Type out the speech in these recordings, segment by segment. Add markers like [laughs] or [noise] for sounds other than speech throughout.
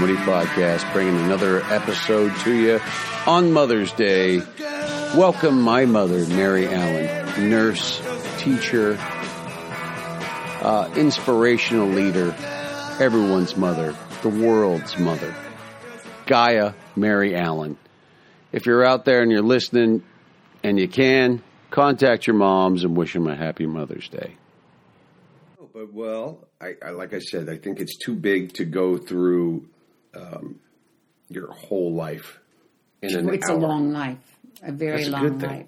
podcast, bringing another episode to you on Mother's Day. Welcome my mother, Mary Allen, nurse, teacher, uh, inspirational leader, everyone's mother, the world's mother, Gaia Mary Allen. If you're out there and you're listening and you can, contact your moms and wish them a happy Mother's Day. But well, I, I like I said, I think it's too big to go through um, your whole life in an it's hour. a long life, a very That's a long good thing. life.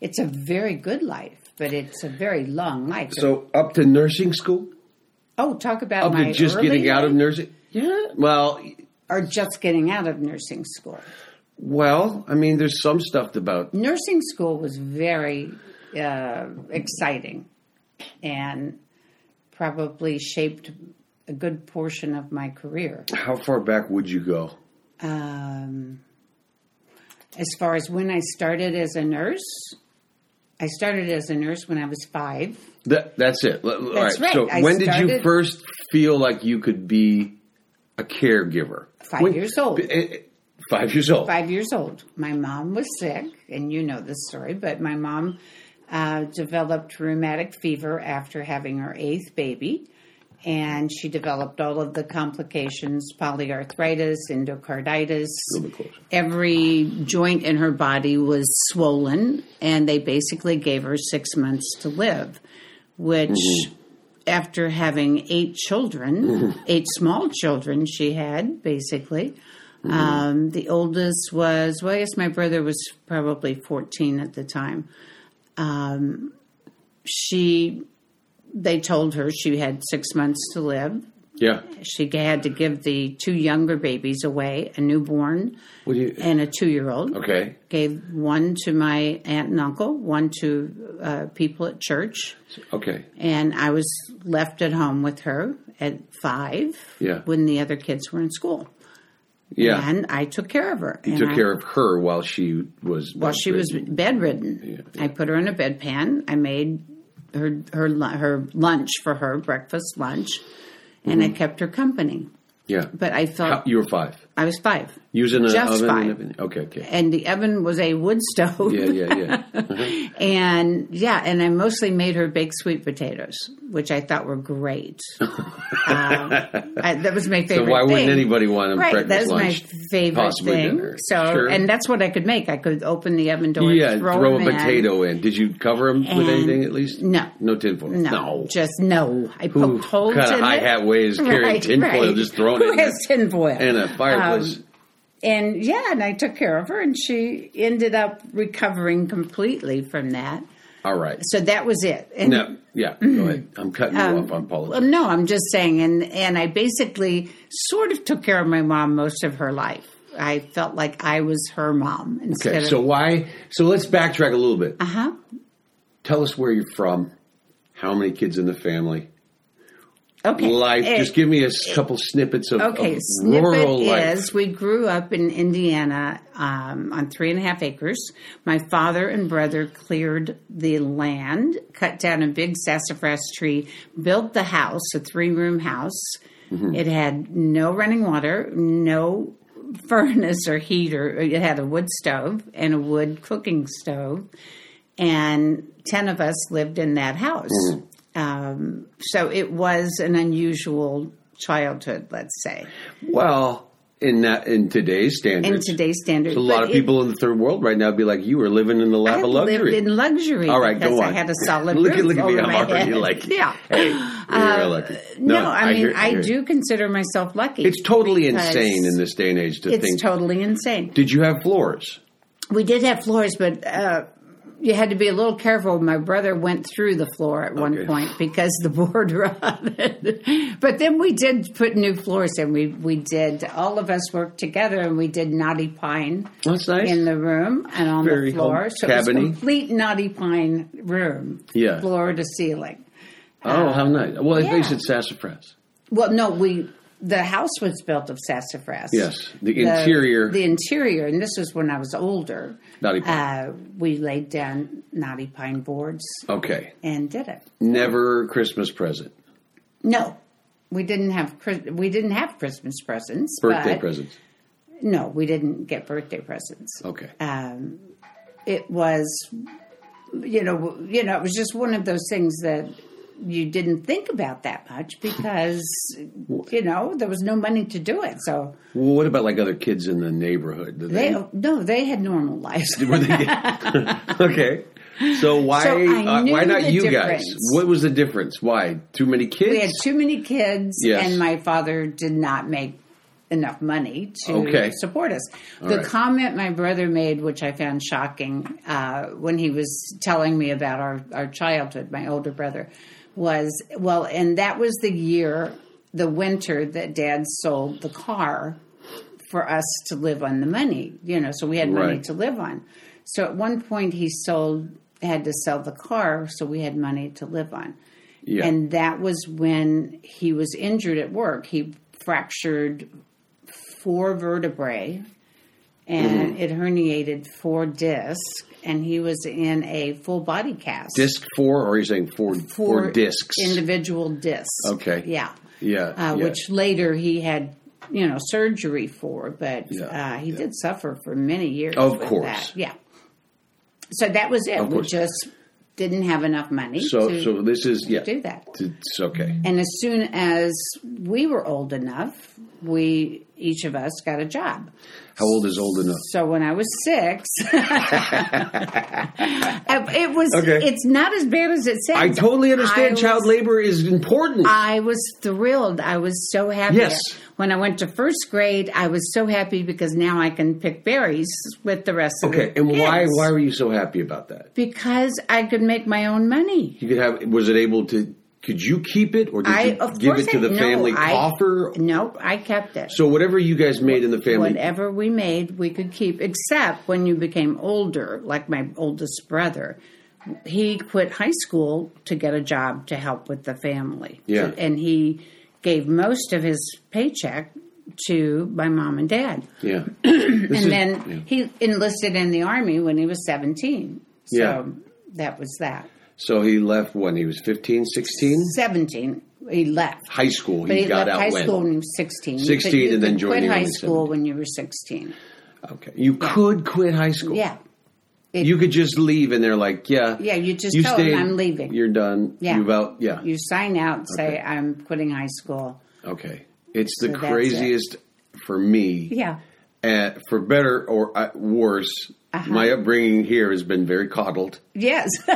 It's a very good life, but it's a very long life. so up to nursing school, oh, talk about up my to just early getting out of life nursing. Yeah. Well, or just getting out of nursing school. well, I mean, there's some stuff about Nursing school was very uh, exciting and probably shaped a good portion of my career. how far back would you go? um, as far as when I started as a nurse, I started as a nurse when I was five. That, that's it. L- All That's right. So I when did you started- first feel like you could be a caregiver? Five When- years old. Eh, eh, Five years old. Five years old. My mom was sick, and you know this story, but my mom uh, developed rheumatic fever after having her eighth baby, and she developed all of the complications polyarthritis, endocarditis. little bit closer. Every joint in her body was swollen, and they basically gave her six months to live, which. After having eight children, eight small children she had, basically, um, the oldest was, well, I guess my brother was probably 14 at the time. Um, she, they told her she had six months to live. Yeah. She had to give the two younger babies away a newborn What do you? and a two year old. Okay. Gave one to my aunt and uncle, one to uh, people at church Okay. and I was left at home with her at five Yeah. when the other kids were in school. Yeah. And I took care of her. took care of her while she was uh, while she was bedridden. I put her in a bedpan. I made her her lu- her lunch for her breakfast lunch, and I kept her company. Mm-hmm. yeah. But I felt How- you were five I was five, using an Just oven. and five. everything? Okay, okay. and the oven was a wood stove. Yeah, yeah, [laughs] yeah. And yeah, and I mostly made her baked sweet potatoes, which I thought [laughs] were great. um, I, that was my favorite. So why wouldn't thing. anybody want to Right, breakfast that was my lunch? favorite possibly thing. dinner? So, Sure. and that's what I could make. I could open the oven door, yeah, and throw, throw, a them in. potato in. Did you cover them with And- anything at least? No. No tinfoil. No, just no. I Who poked holes kind of in high it. hat way is carrying [laughs] Right, tinfoil, right. [laughs] just throwing Who it has tinfoil? in, in a fireplace. Um, and yeah, and I took care of her, and she ended up recovering completely from that. All right. So Mm-hmm. Um, that was it. And No, yeah. Go ahead. I'm cutting you off on Well, politics. no, I'm just saying, and and I basically sort of took care of my mom most of her life. I felt like I was her mom instead Okay, of so why? So let's backtrack a little bit. uh huh. Tell us where you're from, how many kids in the family, Okay, life. Eh, Just give me a s- couple snippets of, okay. of Snippet rural life. is we grew up in Indiana um, on three and a half acres. My father and brother cleared the land, cut down a big sassafras tree, built the house, a three room house. Mm-hmm. It had no running water, no furnace or heater. It had a wood stove and a wood cooking stove, and ten of us lived in that house. Mm-hmm. Um, so it was an unusual childhood, let's say, Well, in that in today's in standards, today's standards. a lot But of it- people in the third world right now be like, "You were living in the lap I of luxury." lived in luxury. All right, go because I on. [laughs] had a solid Look at- roof look at me, over I'm my already head. like- [laughs] yeah. Hey, you're lucky. uh, No, I, mean hear- I hear- do consider myself lucky. It's totally because insane in this day and age to It's think. totally insane. Did you have floors? We did have floors, but uh, you had to be a little careful. My brother went through the floor at one Okay. point because the [laughs] board rotted. but then we did put new floors in. We we did. All of us worked together, and we did naughty pine That's nice. in the room and on Very the floor. home so it was a cabiny. complete naughty pine room, Yeah. floor to ceiling. oh, how nice! Well, it yeah. makes it sassafras. Well, no, we the house was built of sassafras. Yes, the interior- The interior, and this was when I was older. Naughty pine. Uh, we laid down naughty pine boards Okay, and did it. never Christmas present. No, we didn't have Chris- we didn't have Christmas presents. Birthday but- presents. No, we didn't get birthday presents. Okay. Um, it was, you know, you know, it was just one of those things that you didn't think about that much because you know there was no money to do it. So well, what about like other kids in the neighborhood? Did they no, they had normal lives. Were they- okay. So why So I uh, knew why not the you guys? difference. What was the difference? Why too many kids? We had too many kids, Yes. and my father did not make enough money to Okay. support us. the right. comment my brother made, which I found shocking, uh, when he was telling me about our, our childhood, my older brother, was well, and that was the year, the winter that dad sold the car for us to live on the money, you know, so we had money Right. to live on. So at one point he sold had to sell the car so we had money to live on. Yeah. And that was when he was injured at work. He fractured four vertebrae and Mm-hmm. it herniated four discs and he was in a full body cast. disc four, or are you saying four four, discs? Individual discs. Okay. Yeah. yeah, Uh, yeah. Which later he had, you know, surgery for, but Yeah, uh, he yeah. did suffer for many years. Of with course. that. Yeah. So that was it. Of We course. just didn't have enough money so to so this is yeah. do that. It's okay. And as soon as we were old enough, we each of us got a job. How old is old enough? So when I was [laughs] six, [laughs] I- it was. Okay. It's not as bad as it sounds. I totally I understand. was- child labor is important. I was thrilled. I was so happy. Yes. When I went to first grade, I was so happy because now I can pick berries with the rest of okay, the and why kids. why were you so happy about that? Because I could make my own money. You could have. Was it able to? Could you keep it, or did I you of give course it to I- the no, family I- coffer? Nope, I kept it. So whatever you guys made in the family, Whatever we made, we could keep, except when you became older, like my oldest brother. He quit high school to get a job to help with the family. Yeah. And he gave most of his paycheck to my mom and dad. [clears throat] yeah. and and then he enlisted in the army when he was 17. So Yeah. that was that. So he left when he was 15, 16? 17, he left. High school. He, But he, got left out high when? school when he was 16. 16 You and then could joined the quit high army at school when you were 16. Okay. You could quit high school. Yeah. You could just leave and they're like, yeah. Yeah, you just you tell stayed, them I'm leaving. You're done. Yeah. You've out. Yeah. You sign out, and say Okay. I'm quitting high school. okay. It's the So that's it. craziest for me. Yeah, Uh, for better or uh, worse, Uh-huh. my upbringing here has been very coddled. yes, [laughs]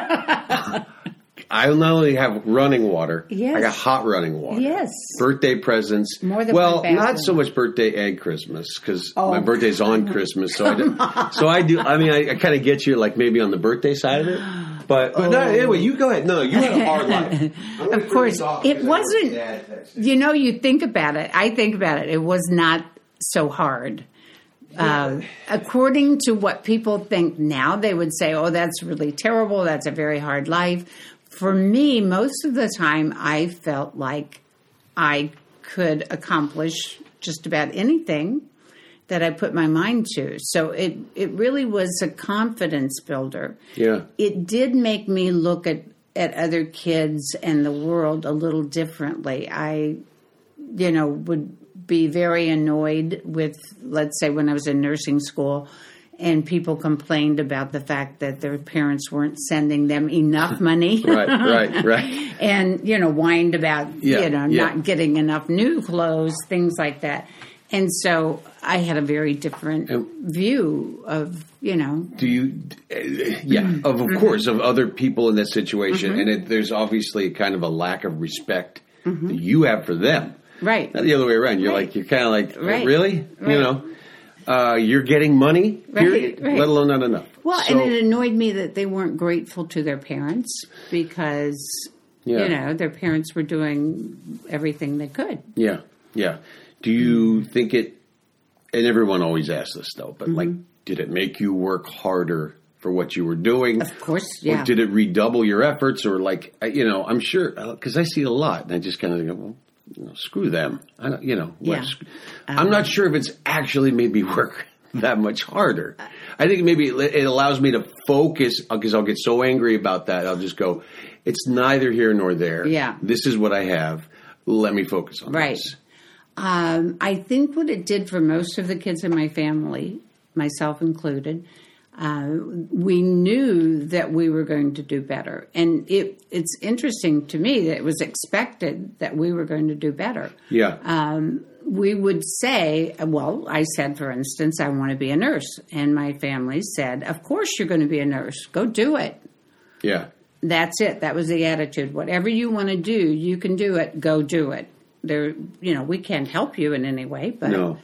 I not only have running water, Yes. I got hot running water. Yes. Birthday presents. More than well, one bathroom. not so much birthday and Christmas because Oh, my birthday's [laughs] on Christmas, so I do, so I do. I mean, I, I kind of get you like maybe on the birthday side of [gasps] it, but, but no. Anyway, you go ahead. No, you had a hard life. [laughs] of course. It wasn't. You know, you think about it. I think about it. It was not so hard. Uh, according to what people think now, they would say, "Oh, that's really terrible. That's a very hard life." For me, most of the time, I felt like I could accomplish just about anything that I put my mind to. So it it really was a confidence builder. Yeah. It did make me look at at other kids and the world a little differently. I you know would be very annoyed with let's say when I was in nursing school and people complained about the fact that their parents weren't sending them [laughs] enough money. Right, right, right. [laughs] and you know whined about Yeah, you know yeah. not getting enough new clothes things like that and so i had a very different view of you know Do you? uh, Yeah, Mm-hmm. of of course, of other people in that situation, and it, there's obviously kind of a lack of respect that you have for them. right Not the other way around. You're Mm-hmm. Right. like you're kind of like "Oh, Right. really, Right. you know, uh, you're getting money, Right, period, [laughs] right. let alone not enough. well So- and it annoyed me that they weren't grateful to their parents because Yeah. you know their parents were doing everything they could yeah, yeah. Do you think it? And everyone always asks this though, but like, Mm-hmm. did it make you work harder for what you were doing? of course yeah Or did it redouble your efforts, or like I- you know? I'm sure because I see it a lot, and I just kind of go, well, you know, screw them. I don't, you know, what- Yeah. Um, sc- I'm not sure if it's actually made me [laughs] work that much harder. Uh, I think maybe it, it allows me to focus because I'll get so angry about that. I'll just go, it's neither here nor there. Yeah. this is what I have. Let me focus on Right. this. Um, I think what it did for most of the kids in my family, myself included, uh, we knew that we were going to do better, and it it's interesting to me that it was expected that we were going to do better. Yeah. Um, We would say, well, I said, for instance, I want to be a nurse, and my family said, of course you're going to be a nurse. Go do it. yeah. that's it. That was the attitude. Whatever you want to do, you can do it. Go do it. There, you know, we can't help you in any way, but No.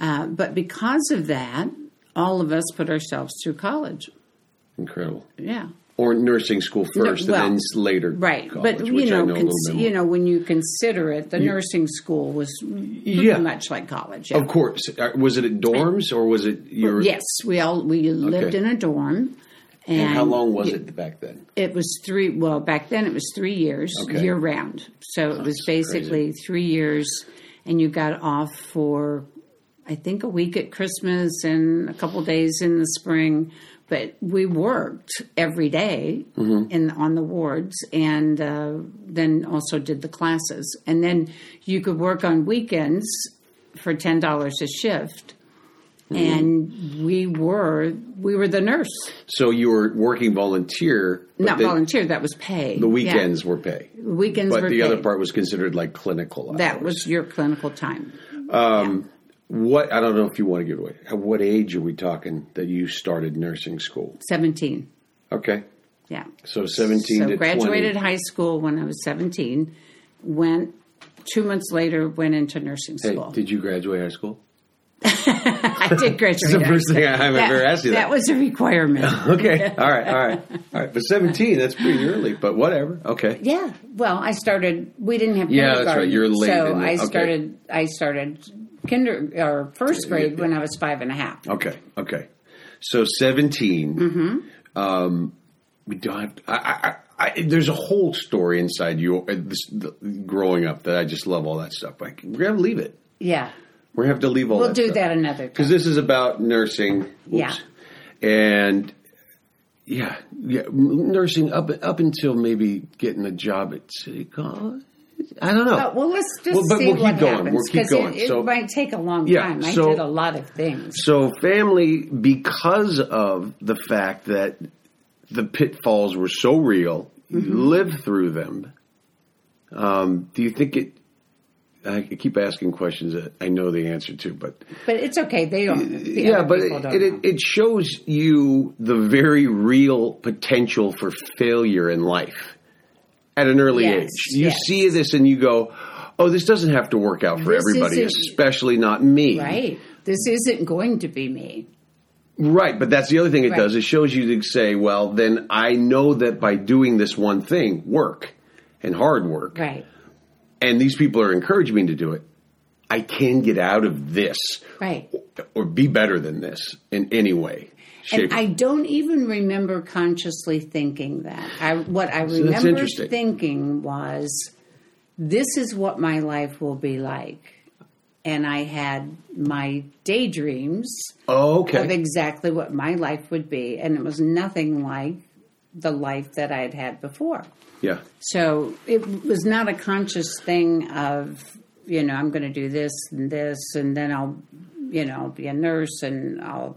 uh, but because of that, all of us put ourselves through college. Incredible. Yeah, Or nursing school first, well, and then later. right. college, but which you I know, know a little cons- bit you more. know, when you consider it, the nursing school was pretty Yeah. much like college. yeah. Of course. Uh, Was it at dorms or was it your? yes, we all we lived Okay. in a dorm. And, And how long was it back then? It was three. Well, back then it was three years Okay. year round. So it was basically three years, and you got off for I think a week at Christmas and a couple days in the spring. But we worked every day Mm-hmm. in on the wards, and uh, then also did the classes. And then you could work on weekends for ten dollars a shift. Mm-hmm. And we were we were the nurse So you were working volunteer. but not then volunteer. That was pay. The weekends were pay, weekends, but were the other paid. part was considered like clinical. that hours. was your clinical time. what I don't know if you want to give away. At what age are we talking that you started nursing school? Seventeen. Okay, Yeah. so seventeen so to graduated 20. high school when I was seventeen. Went two months later. Went into nursing Hey, school. did you graduate high school? [laughs] [laughs] I did graduate. the first thing I- I've ever asked you that. was a requirement. [laughs] Okay, all right, all right, all right. But seventeen—that's pretty early, but whatever. Okay, yeah. Well, I started. We didn't have. Yeah, that's kindergarten, right. You're late So in the- I okay. started. I started kinder or first grade when I was five and a half. Okay. Okay. So 17 Mm-hmm. Um, we don't have. I, I, I, there's a whole story inside you uh, this, the, growing up that I just love all that stuff. Like we're gonna have to leave it. Yeah. We're gonna have to leave all. We'll that do stuff. that another time. because this is about nursing. Yeah. And yeah, yeah, m- nursing up up until maybe getting a job at City College. I don't know. But well, let's just Well, but see we'll keep what going. happens We'll keep it- going. It, So- might take a long Yeah, time. so- I did a lot of things. So family, because of the fact that the pitfalls were so real, Mm-hmm. you lived through them. Um, do you think it? I keep asking questions that I know the answer to, but But it's okay. They don't. the yeah, other but people don't it, it know. it shows you the very real potential for failure in life at an early Yes, age. You yes. see this and you go, "Oh, this doesn't have to work out for This everybody, isn't- especially not me." right. This isn't going to be me. Right, but that's the other thing it Right. does. It shows you to say, well, then I know that by doing this one thing, work and hard work, Right. and these people are encouraging me to do it, I can get out of this Right. or be better than this in any way, shape. And I don't even remember consciously thinking that. I what I remember interesting. thinking was, this is what my life will be like, and I had my daydreams. oh, okay. of exactly what my life would be, and it was nothing like the life that I had had before. yeah. So it was not a conscious thing of, you know, I'm going to do this and this, and then I'll, you know, be a nurse and I'll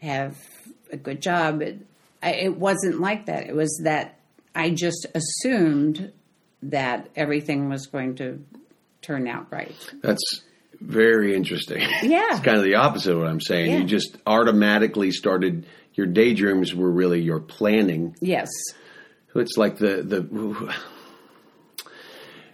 have a good job. It, I, it wasn't like that. It was that I just assumed that everything was going to turn out right. That's very interesting. [laughs] Yeah. it's kind of the opposite of what I'm saying. Yeah. You just automatically started, your daydreams were really your planning. Yes. It's like the the [sighs]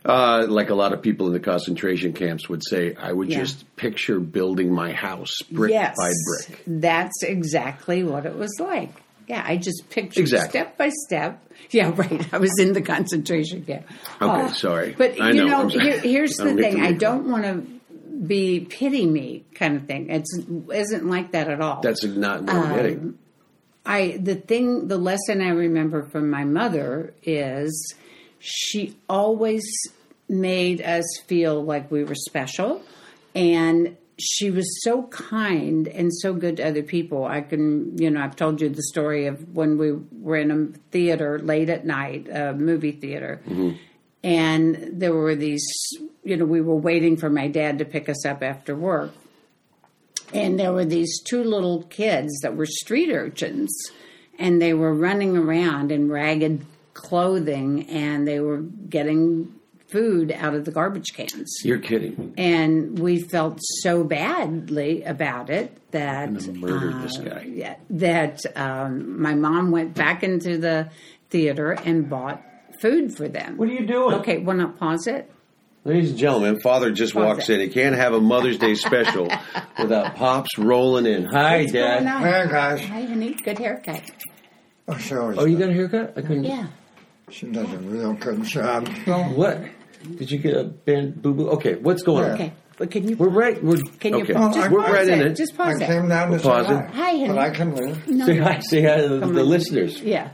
uh, like a lot of people in the concentration camps would say, I would Yeah. just picture building my house brick yes. by brick. That's exactly what it was like. Yeah, I just pictured Exactly. step by step. [laughs] Yeah, right. I was in the concentration camp. Oh, Okay, sorry. But I you know, know, I'm sorry. [laughs] here- here's I the don't get thing. to I make don't want to be pity me kind of thing. It's isn't like that at all. That's not what Um, I'm getting. I the thing the lesson I remember from my mother is she always made us feel like we were special and she was so kind and so good to other people. I can, you know, I've told you the story of when we were in a theater late at night, a movie theater, and there were these you know we were waiting for my dad to pick us up after work and there were these two little kids that were street urchins and they were running around in ragged clothing and they were getting food out of the garbage cans You're kidding. and we felt so badly about it that uh, murdered this guy. yeah, that um, my mom went back into the theater and bought food for them. What are you doing? Okay, want to pause it? Ladies and gentlemen, Father just walks in. He can't have a Mother's Day [laughs] special without Pops rolling in. Hi, What's Dad. going on? Hey guys. Hi, honey. Good haircut. Oh, she always Oh, you got a haircut? I couldn't. Yeah. she does a real good job. What? Did you get a band boo boo? Okay, what's going on? Okay. But can you We're right. We're can you okay. Oh, just I- we're pause right it. in it. Just I pause it. came down to say Pause it. hi, Hi, honey. but I can leave. No, Say hi. Say hi to the, Come the on. listeners. yeah.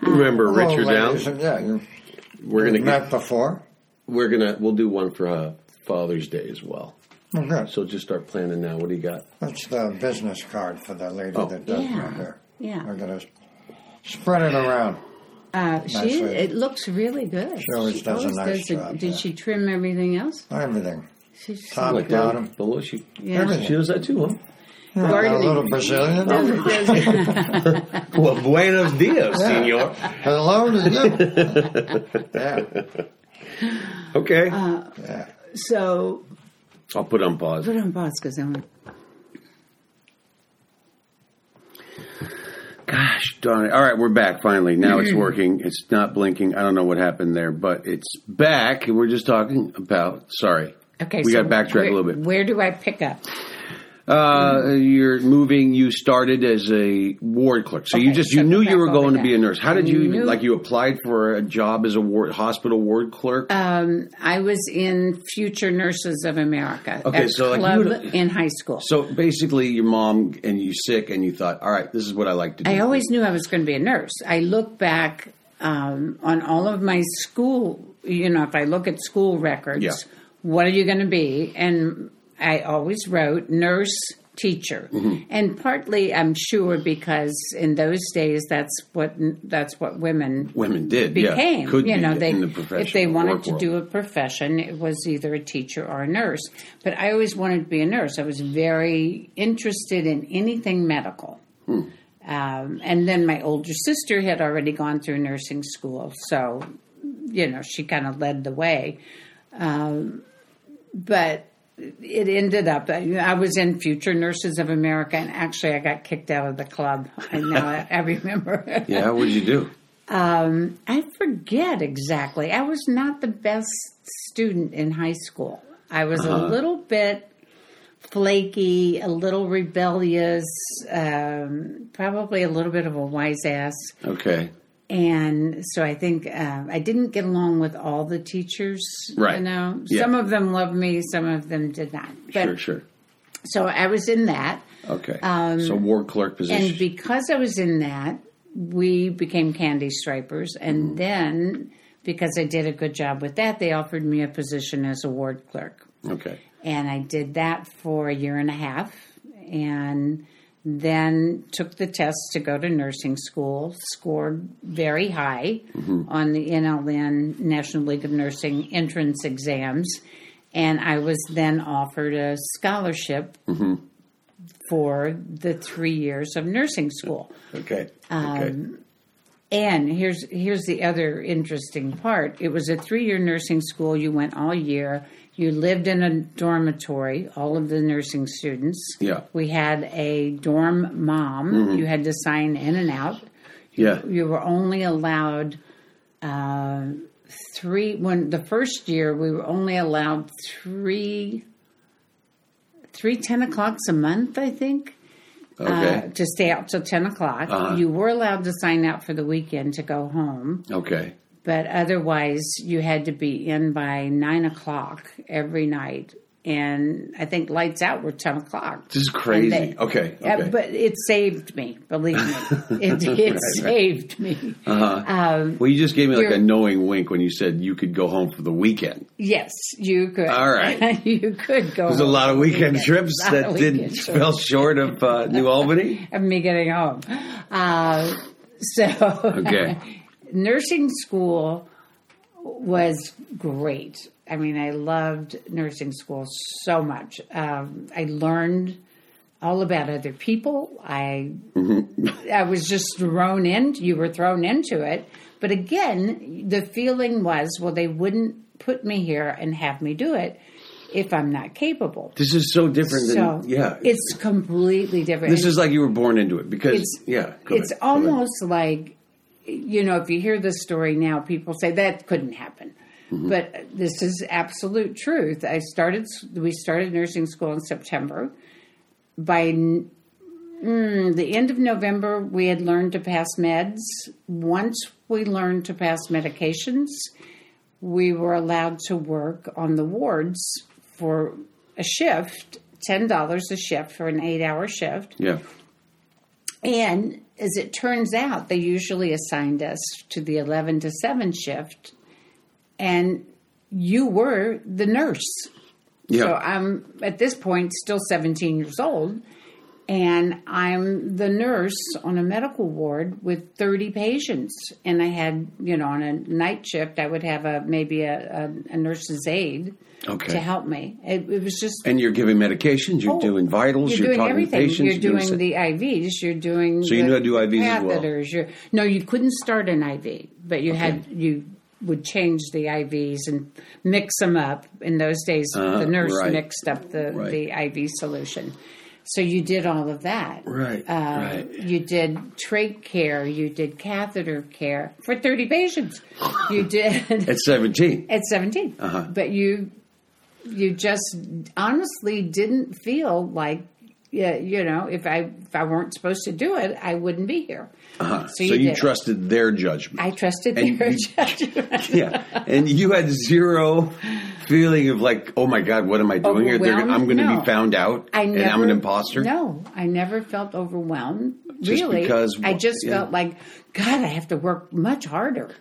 Remember Richard Hello, Allen? ladies, and- Yeah, you We're gonna met get, before. we're gonna we'll do one for uh, Father's Day as well. Well, Oh, good. So just start planning now. What do you got? That's the business card for the lady Oh. that does Yeah. my hair. Yeah. I'm gonna s- spread it around. Uh, she lady. it looks really good. She always does a nice job, Did yeah. she trim everything else? Everything. She's Top Like down. down below she Yeah. she does that too, huh? A Gardening. little Brazilian. [laughs] [laughs] Well, buenos dias, Yeah. senor. Hello to you. [laughs] yeah. Okay, Uh, Yeah. So I'll put on pause. put on pause because I want. Gosh darn it! All right, we're back finally. Now Mm-hmm. it's working. It's not blinking. I don't know what happened there, but it's back. And we're just talking about. Sorry. Okay, We so gotta backtrack a where- little bit. Where do I pick up? Uh, Mm-hmm. you're moving. You started as a ward clerk, so you Okay, just so you knew go you were back over going to be that. a nurse. How did you Knew- like? You applied for a job as a ward hospital ward clerk. Um, I was in Future Nurses of America. Okay, at so, like, club you would- in high school. so basically, your mom and you sick, and you thought, all right, this is what I like to do. I always knew I was going to be a nurse. I look back um, on all of my school, you know, if I look at school records, Yeah. what are you going to be? And I always wrote nurse, teacher, and partly I'm sure because in those days that's what that's what women women did. became. yeah, could you be know, in they the profession, if they the wanted work to world. do a profession, it was either a teacher or a nurse. But I always wanted to be a nurse. I was very interested in anything medical. Hmm. Um, and then my older sister had already gone through nursing school, so you know she kind of led the way. Um, but it ended up I was in Future Nurses of America, and actually I got kicked out of the club. And now I, I remember. [laughs] yeah, what did you do? I forget exactly. I was not the best student in high school. I was Uh-huh. a little bit flaky, a little rebellious, um, probably a little bit of a wise ass. Okay, And so I think um I didn't get along with all the teachers. Right. You know, Yeah. some of them loved me, some of them did not. But, sure, sure. So I was in that. Okay, so ward clerk position. Um, And because I was in that, we became candy stripers. And then, because I did a good job with that, they offered me a position as a ward clerk. okay, And I did that for a year and a half. And then took the test to go to nursing school, scored very high on the NLN National League of Nursing entrance exams. And I was then offered a scholarship for the three years of nursing school. okay, Um, okay. And here's here's the other interesting part. It was a three year nursing school. You went all year. You lived in a dormitory. All of the nursing students. Yeah. We had a dorm mom. You had to sign in and out. Yeah, You were only allowed uh, three. When the first year, we were only allowed three three ten o'clocks a month. I think uh, okay, to stay out till 10 o'clock. Uh-huh. You were allowed to sign out for the weekend to go home, okay. but otherwise you had to be in by 9 o'clock every night. And I think lights out were 10 o'clock. This is crazy. they- okay, okay. Yeah, but it saved me, believe [laughs] me. It, it saved me. Well, you just gave me like You're- a knowing wink when you said you could go home for the weekend. Yes, you could. All right. [laughs] you could go. There's a lot of weekend [laughs] trips A lot that of did weekend trips. fell short of uh, New Albany. of me getting home. Uh, so Okay. [laughs] nursing school was great. I mean, I loved nursing school so much. Um, I learned all about other people. I Mm-hmm. I was just thrown in. You were thrown into it, but again, the feeling was, well, they wouldn't put me here and have me do it if I'm not capable. This is so different So than yeah. it's completely different. this is like you were born into it because It's- yeah. go it's ahead, go ahead. almost like you know if you hear this story now people say that couldn't happen Mm-hmm. but this is absolute truth i started we started nursing school in september by mm, the end of november we had learned to pass meds once we learned to pass medications we were allowed to work on the wards for a shift $10 a shift for an eight hour shift yeah. and as it turns out, they usually assigned us to the 11 to 7 shift, and you were the nurse. Yeah. So I'm at this point still 17 years old, and I'm the nurse on a medical ward with 30 patients. And I had, you know, on a night shift, I would have a maybe a, a, a nurse's aide Okay. to help me. It, it was just and you're giving medications. You're Oh, doing vitals. You're, You're, doing talking everything. to patients. you're doing, se- the IVs. You're doing. So you the knew how to do IVs as well? catheters, You're, no, you couldn't start an IV, but you had you would change the IVs and mix them up. In those days, the nurse Uh-huh, right. mixed up the Right. the IV solution. So you did all of that. Right, Uh, right. You did trach care. You did catheter care for thirty patients. [laughs] You did at 17. at 17 Uh-huh. but you you just honestly didn't feel like yeah, you know, if I if I weren't supposed to do it, I wouldn't be here. Uh-huh. So you, did it. trusted their judgment. I trusted And their you- [laughs] [laughs] judgment. yeah, and you had zero feeling of like, oh my god, what am I doing here? They're, I'm going to Overwhelmed? No. be found out, I and never, I'm an imposter. No, I never felt overwhelmed. Just really, because- I just yeah. felt like God, I have to work much harder.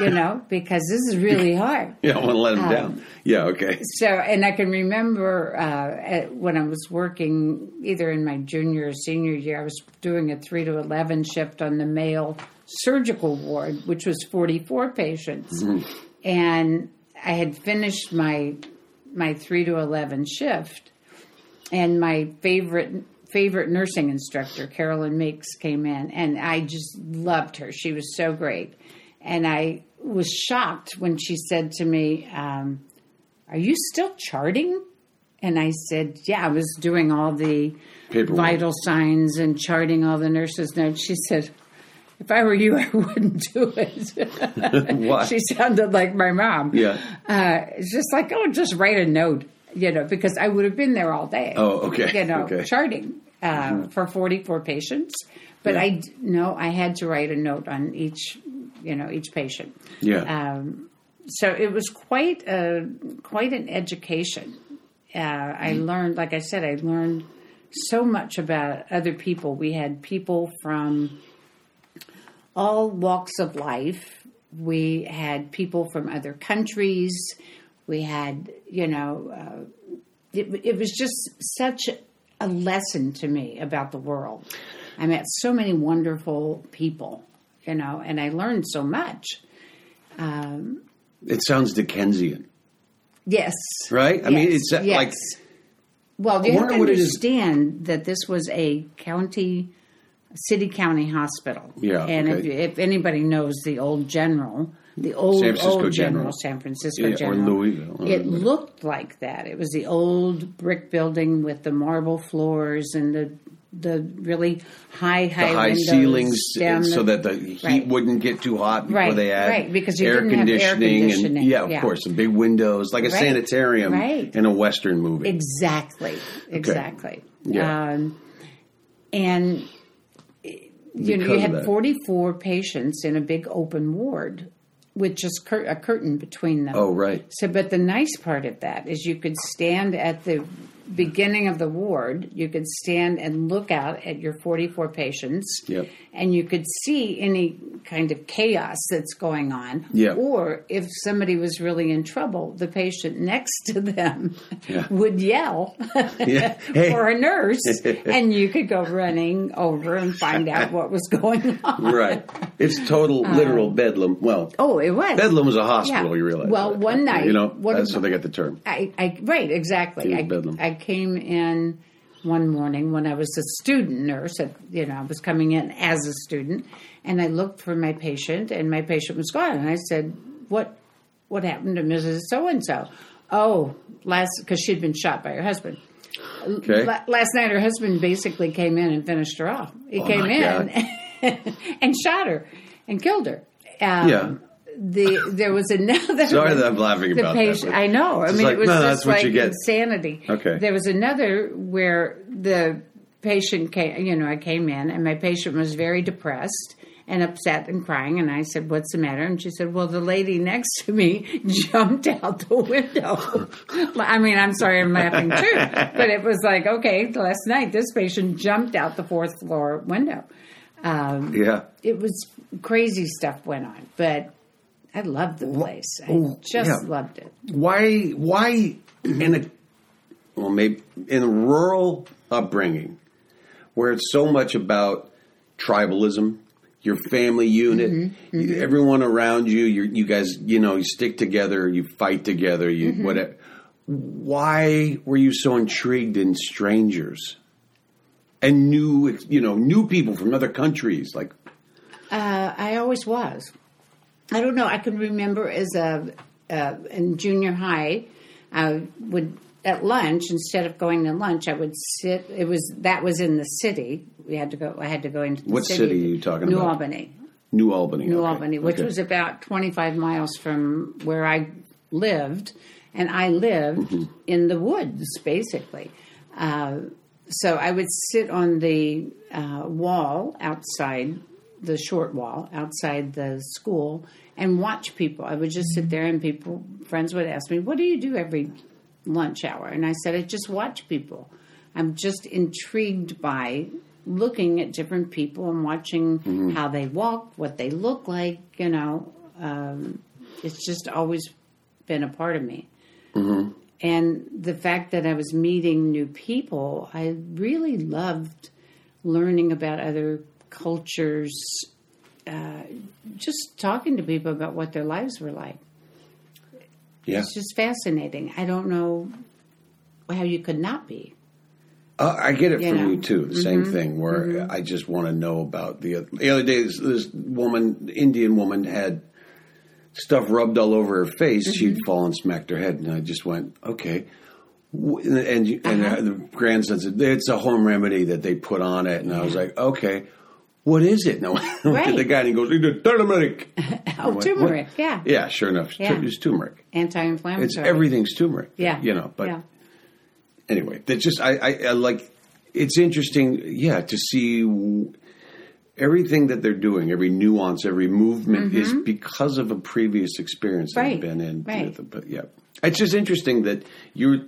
you know, [laughs] because this is really hard. [laughs] Yeah, I want to let Um, them down. Yeah, okay. so and I can remember uh, at, when I was working either in my junior or senior year, I was doing a three to eleven shift on the male surgical ward, which was forty four patients, and I had finished my my three to eleven shift, and my favorite favorite nursing instructor carolyn meeks came in and i just loved her she was so great and i was shocked when she said to me um, are you still charting? And I said, yeah, I was doing all the Paperwork. vital signs and charting all the nurses' notes. She said, if I were you, I [laughs] wouldn't do it. Why? She sounded like my mom. Yeah. Uh, it's just like, oh, just write a note, you know, because I would have been there all day. Oh, okay, You know, okay. charting uh, for 44 patients. But Mm-hmm. Yeah. I, d- no, I had to write a note on each, you know, each patient Yeah, um, so it was quite a quite an education. Uh, I Mm-hmm. learned, like I said, I learned so much about other people. We had people from all walks of life. We had people from other countries. We had, you know, uh, it, it was just such a lesson to me about the world. I met so many wonderful people, you know, and I learned so much. it sounds Dickensian, Yes. right? I mean, Yes, it's uh, yes. like Well, you have wonder to what it is- understand that this was a county, city county hospital. Yeah, And okay. if, if anybody knows the old general, the old, San Francisco old general, General. San Francisco Yeah, or General. Louisville, or whatever. It looked like that. It was the old brick building with the marble floors and the the really high, the high, high windows ceilings, uh, down so the- that the heat right. wouldn't get too hot before Right, they had right, because you air, didn't have air conditioning conditioning, and yeah, of yeah. course, and big windows like a Right, sanitarium right. in a western movie. Exactly. Exactly. Yeah. Um, and you know, Because you of had that. 44 patients in a big open ward with just cur- a curtain between them. Oh, right. So, but the nice part of that is you could stand at the beginning of the ward, you could stand and look out at your 44 patients. Yep. And you could see any kind of chaos that's going on. Yeah. Or if somebody was really in trouble, the patient next to them Yeah. would yell [laughs] [laughs] Yeah. Hey. for a [laughs] nurse, and you could go running over and find out what was going on. right. It's total literal bedlam. Well, Oh, it was. bedlam is a hospital. Uh, Yeah. You realize? Well, that. one night, You know what that's ab- how they got the term. I, I right exactly. It I, was bedlam. I came in one morning when I was a student nurse. At, you know, I was coming in as a student, and I looked for my patient, and my patient was gone. And I said, "What? What happened to Mrs. So and So? Oh, last because she'd been shot by her husband." Okay. La- last night, her husband basically came in and finished her off. He Oh, came my in [laughs] and shot her and killed her. Um, Yeah. The there was another. Sorry that I'm laughing the about that, patient. but I know. I it's mean, like, it was no, just that's what like you get. insanity. Okay. There was another where the patient came. You know, I came in and my patient was very depressed and upset and crying. And I said, "What's the matter?" And she said, "Well, the lady next to me [laughs] jumped out the window." [laughs] I mean, I'm sorry, I'm laughing too, but it was like, okay, last night this patient jumped out the fourth floor window. Um, Yeah. it was crazy stuff went on, but I loved the place. I oh, just yeah. loved it. Why? Why in a well, maybe in a rural upbringing where it's so much about tribalism, your family unit, Mm-hmm, you- everyone around you, you you guys, you know, you stick together, you fight together, you Mm-hmm. whatever. Why were you so intrigued in strangers and new, you know, new people from other countries? Like, Uh, I always was. I don't know. I can remember as a uh, in junior high, I would at lunch instead of going to lunch, I would sit. It was that was in the city. We had to go. I had to go into the What city. city are you talking New about? Albany. New Albany, New okay, Albany, which okay. was about 25 miles from where I lived. And I lived Mm-hmm. in the woods, basically. Uh, so I would sit on the uh, wall outside, the short wall outside the school, and watch people. I would just Mm-hmm. sit there, and people, friends would ask me, What do you do every lunch hour? And I said, I just watch people. I'm just intrigued by looking at different people and watching Mm-hmm. how they walk, what they look like. You know, um, it's just always been a part of me. Mm-hmm. And the fact that I was meeting new people, I really loved learning about other cultures, uh, just talking to people about what their lives were like. yeah. It's just fascinating. I don't know how you could not [laughs] be. Uh, I get it You from know. you too. The Mm-hmm. same thing where I just want to know about the oth- the other day. This, this woman, Indian woman, had stuff rubbed all over her face. Mm-hmm. She'd fallen, smacked her head, and I just went, okay. W- And and, you- and Uh-huh. uh the grandson said it's a home remedy that they put on it, and I was like, okay, what is it? No, I [laughs] looked at the Right. guy and he goes, it's turmeric. Oh, What- turmeric, what? yeah. yeah. Sure [laughs] enough, Yeah. it's turmeric. Anti-inflammatory. It's everything's turmeric. Yeah. you know, but yeah. anyway, that's just I, I, I like. It's interesting, yeah, to see w- everything that they're doing, every nuance, every movement is because of a previous experience that Mm-hmm. Right, they've been in. right. With- But yeah, it's just interesting that you're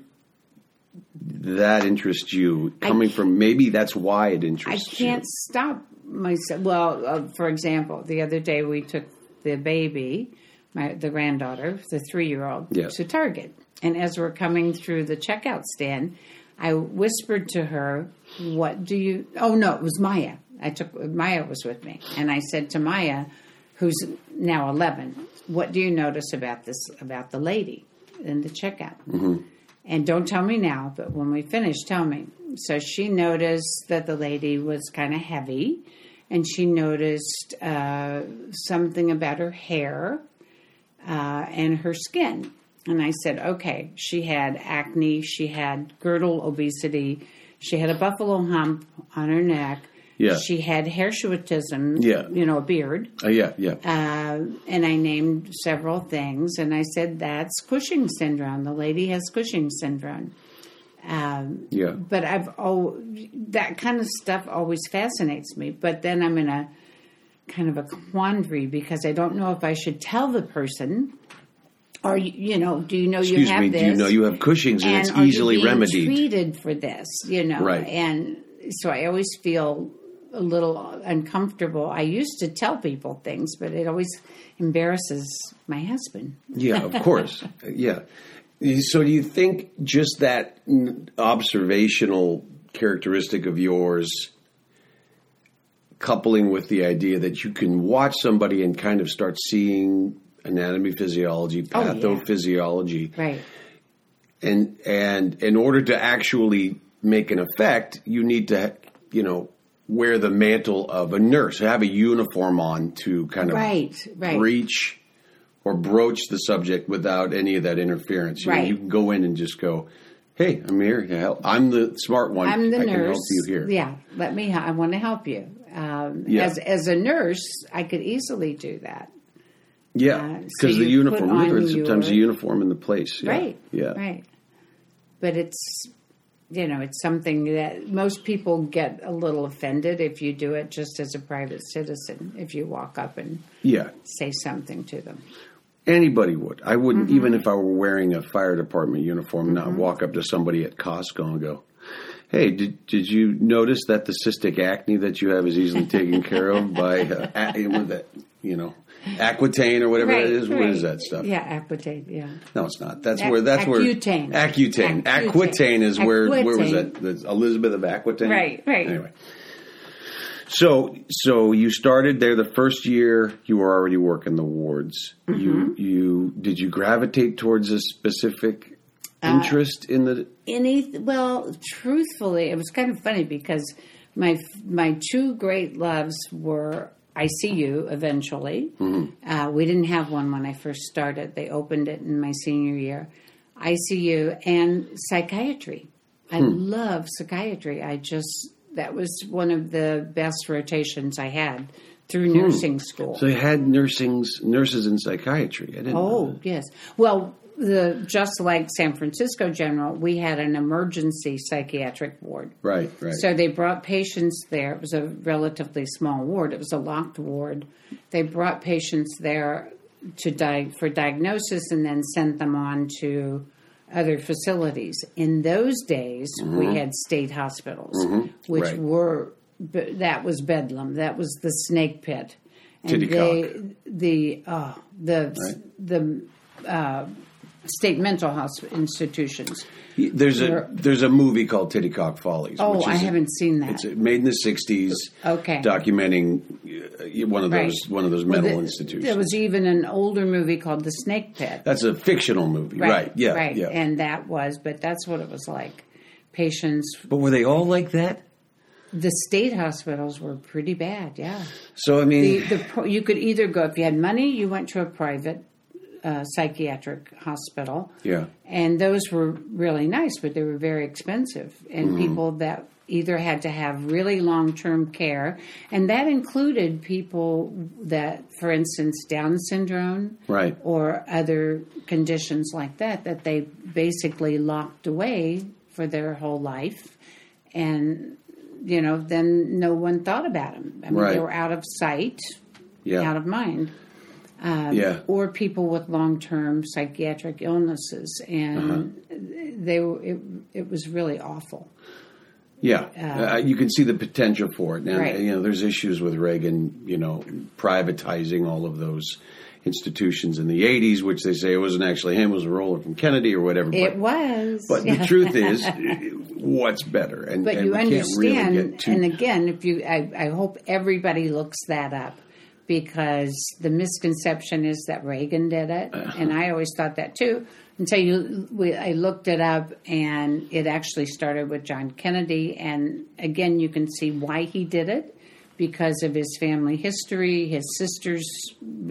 that interests you coming from maybe that's why it I interests can't stop myself. Well, uh, for example, the other day we took the baby, my the granddaughter, the three year old, Yeah. to Target, and as we're coming through the checkout stand, I whispered to her, "What do you?" Oh no, it was Maya. I took Maya was with me, and I said to Maya, who's now eleven, "What do you notice about this about the lady in the checkout?" Mm-hmm. And don't tell me now, but when we finish, tell me. So she noticed that the lady was kind of heavy, and she noticed uh, something about her hair uh, and her skin. And I said, okay, she had acne, she had girdle obesity, she had a buffalo hump on her neck, Yeah. she had hirsutism, Yeah. you know, a beard you. Uh, yeah, yeah, uh, and I named several things, and I said that's Cushing syndrome. The lady has Cushing syndrome. Um, yeah. but I've al that kind of stuff always fascinates me. But then I'm in a kind of a quandary because I don't know if I should tell the person Are you, you know, do you know Excuse you have me. this? Do you know you have Cushing's and, and it's are you easily being remedied? treated for this, you know? Right. And so I always feel a little uncomfortable. I used to tell people things, but it always embarrasses my husband. Yeah, of [laughs] course. yeah. So do you think just that n- observational characteristic of yours, coupling with the idea that you can watch somebody and kind of start seeing anatomy, physiology, Oh, yeah. pathophysiology, Right. and and in order to actually make an effect, you need to you know wear the mantle of a nurse, have a uniform on to kind of Right, right. breach or broach the subject without any of that interference. You, know, Right. you can go in and just go, "Hey, I'm here to help. I'm the smart one. I'm the I nurse. can help you here." Yeah, let me. I want to help you. Um, Yeah. As as a nurse, I could easily do that. yeah, so because the you uniform. put on Look, there's sometimes your- the uniform in the place. Yeah. Right. Yeah. Right. But it's you know it's something that most people get a little offended if you do it just as a private citizen if you walk up and Yeah. say something to them. Anybody would. I wouldn't, Mm-hmm. even if I were wearing a fire department uniform, not walk up to somebody at Costco and go, "Hey, did did you notice that the cystic acne that you have is easily taken care of by uh, ac- with that, you know, Accutane or whatever that is? What is right. that stuff? Yeah, Accutane. Yeah. No, it's not. That's Ac- where that's where Accutane. Accutane. Accutane. Aquitaine is where where was Accutane. that? That's Elizabeth of Aquitaine. Right, right. Anyway. So so you started there the first year you were already working the wards. Mm-hmm. You you did you gravitate towards a specific Uh, interest in the any well truthfully it was kind of funny because my my two great loves were ICU eventually Mm-hmm. uh, we didn't have one when I first started they opened it in my senior year ICU and psychiatry I Hmm. love psychiatry I just that was one of the best rotations I had through nursing school Hmm. so you had nursing's nurses in psychiatry. I didn't know Oh, yes. Well, the just like San Francisco General, we had an emergency psychiatric ward. that. Right, right. So they brought patients there. It was a relatively small ward. It was a locked ward. They brought patients there to di- for diagnosis and then sent them on to other facilities. In those days, we had state hospitals, which Mm-hmm. Right. were be- that was bedlam. That was the snake pit. And Tittycock. they the uh, the the uh, state mental health institutions. there's a there's a movie called Tittycock Follies. Oh, which I is a- haven't seen that. It's made in the '60s. Okay. documenting uh, one of those Right. one of those mental Well, the- institutions. There was even an older movie called The Snake Pit. that's a fictional movie, right? Yeah, right. yeah. And that was, but that's what it was like. Patients, but were they all like that? the state hospitals were pretty bad. [sighs] Yeah, So I mean, the, the pro- you could either go if you had money, you went to a private uh, psychiatric hospital. Yeah. and those were really nice, but they were very expensive, and Mm-hmm. people that either had to have really long-term care and that included people that for instance down syndrome Right. or other conditions like that that they basically locked away for their whole life and you know then no one thought about them i mean Right. they were out of sight yeah, out of mind yeah, or people with long-term psychiatric illnesses and they were it, it was really awful yeah. Uh, you can see the potential for it. And, Right. You know, there's issues with Reagan. You know, privatizing all of those institutions in the '80s, which they say it wasn't actually him; it was a roller from Kennedy or whatever. but- it was But yeah. the truth [laughs] is, what's better? And, but and you we understand can't really get too. and again if you I, I hope everybody looks that up because the misconception is that reagan did it Uh-huh. and i always thought that too until you we, i looked it up and it actually started with john kennedy and again you can see why he did it because of his family history his sisters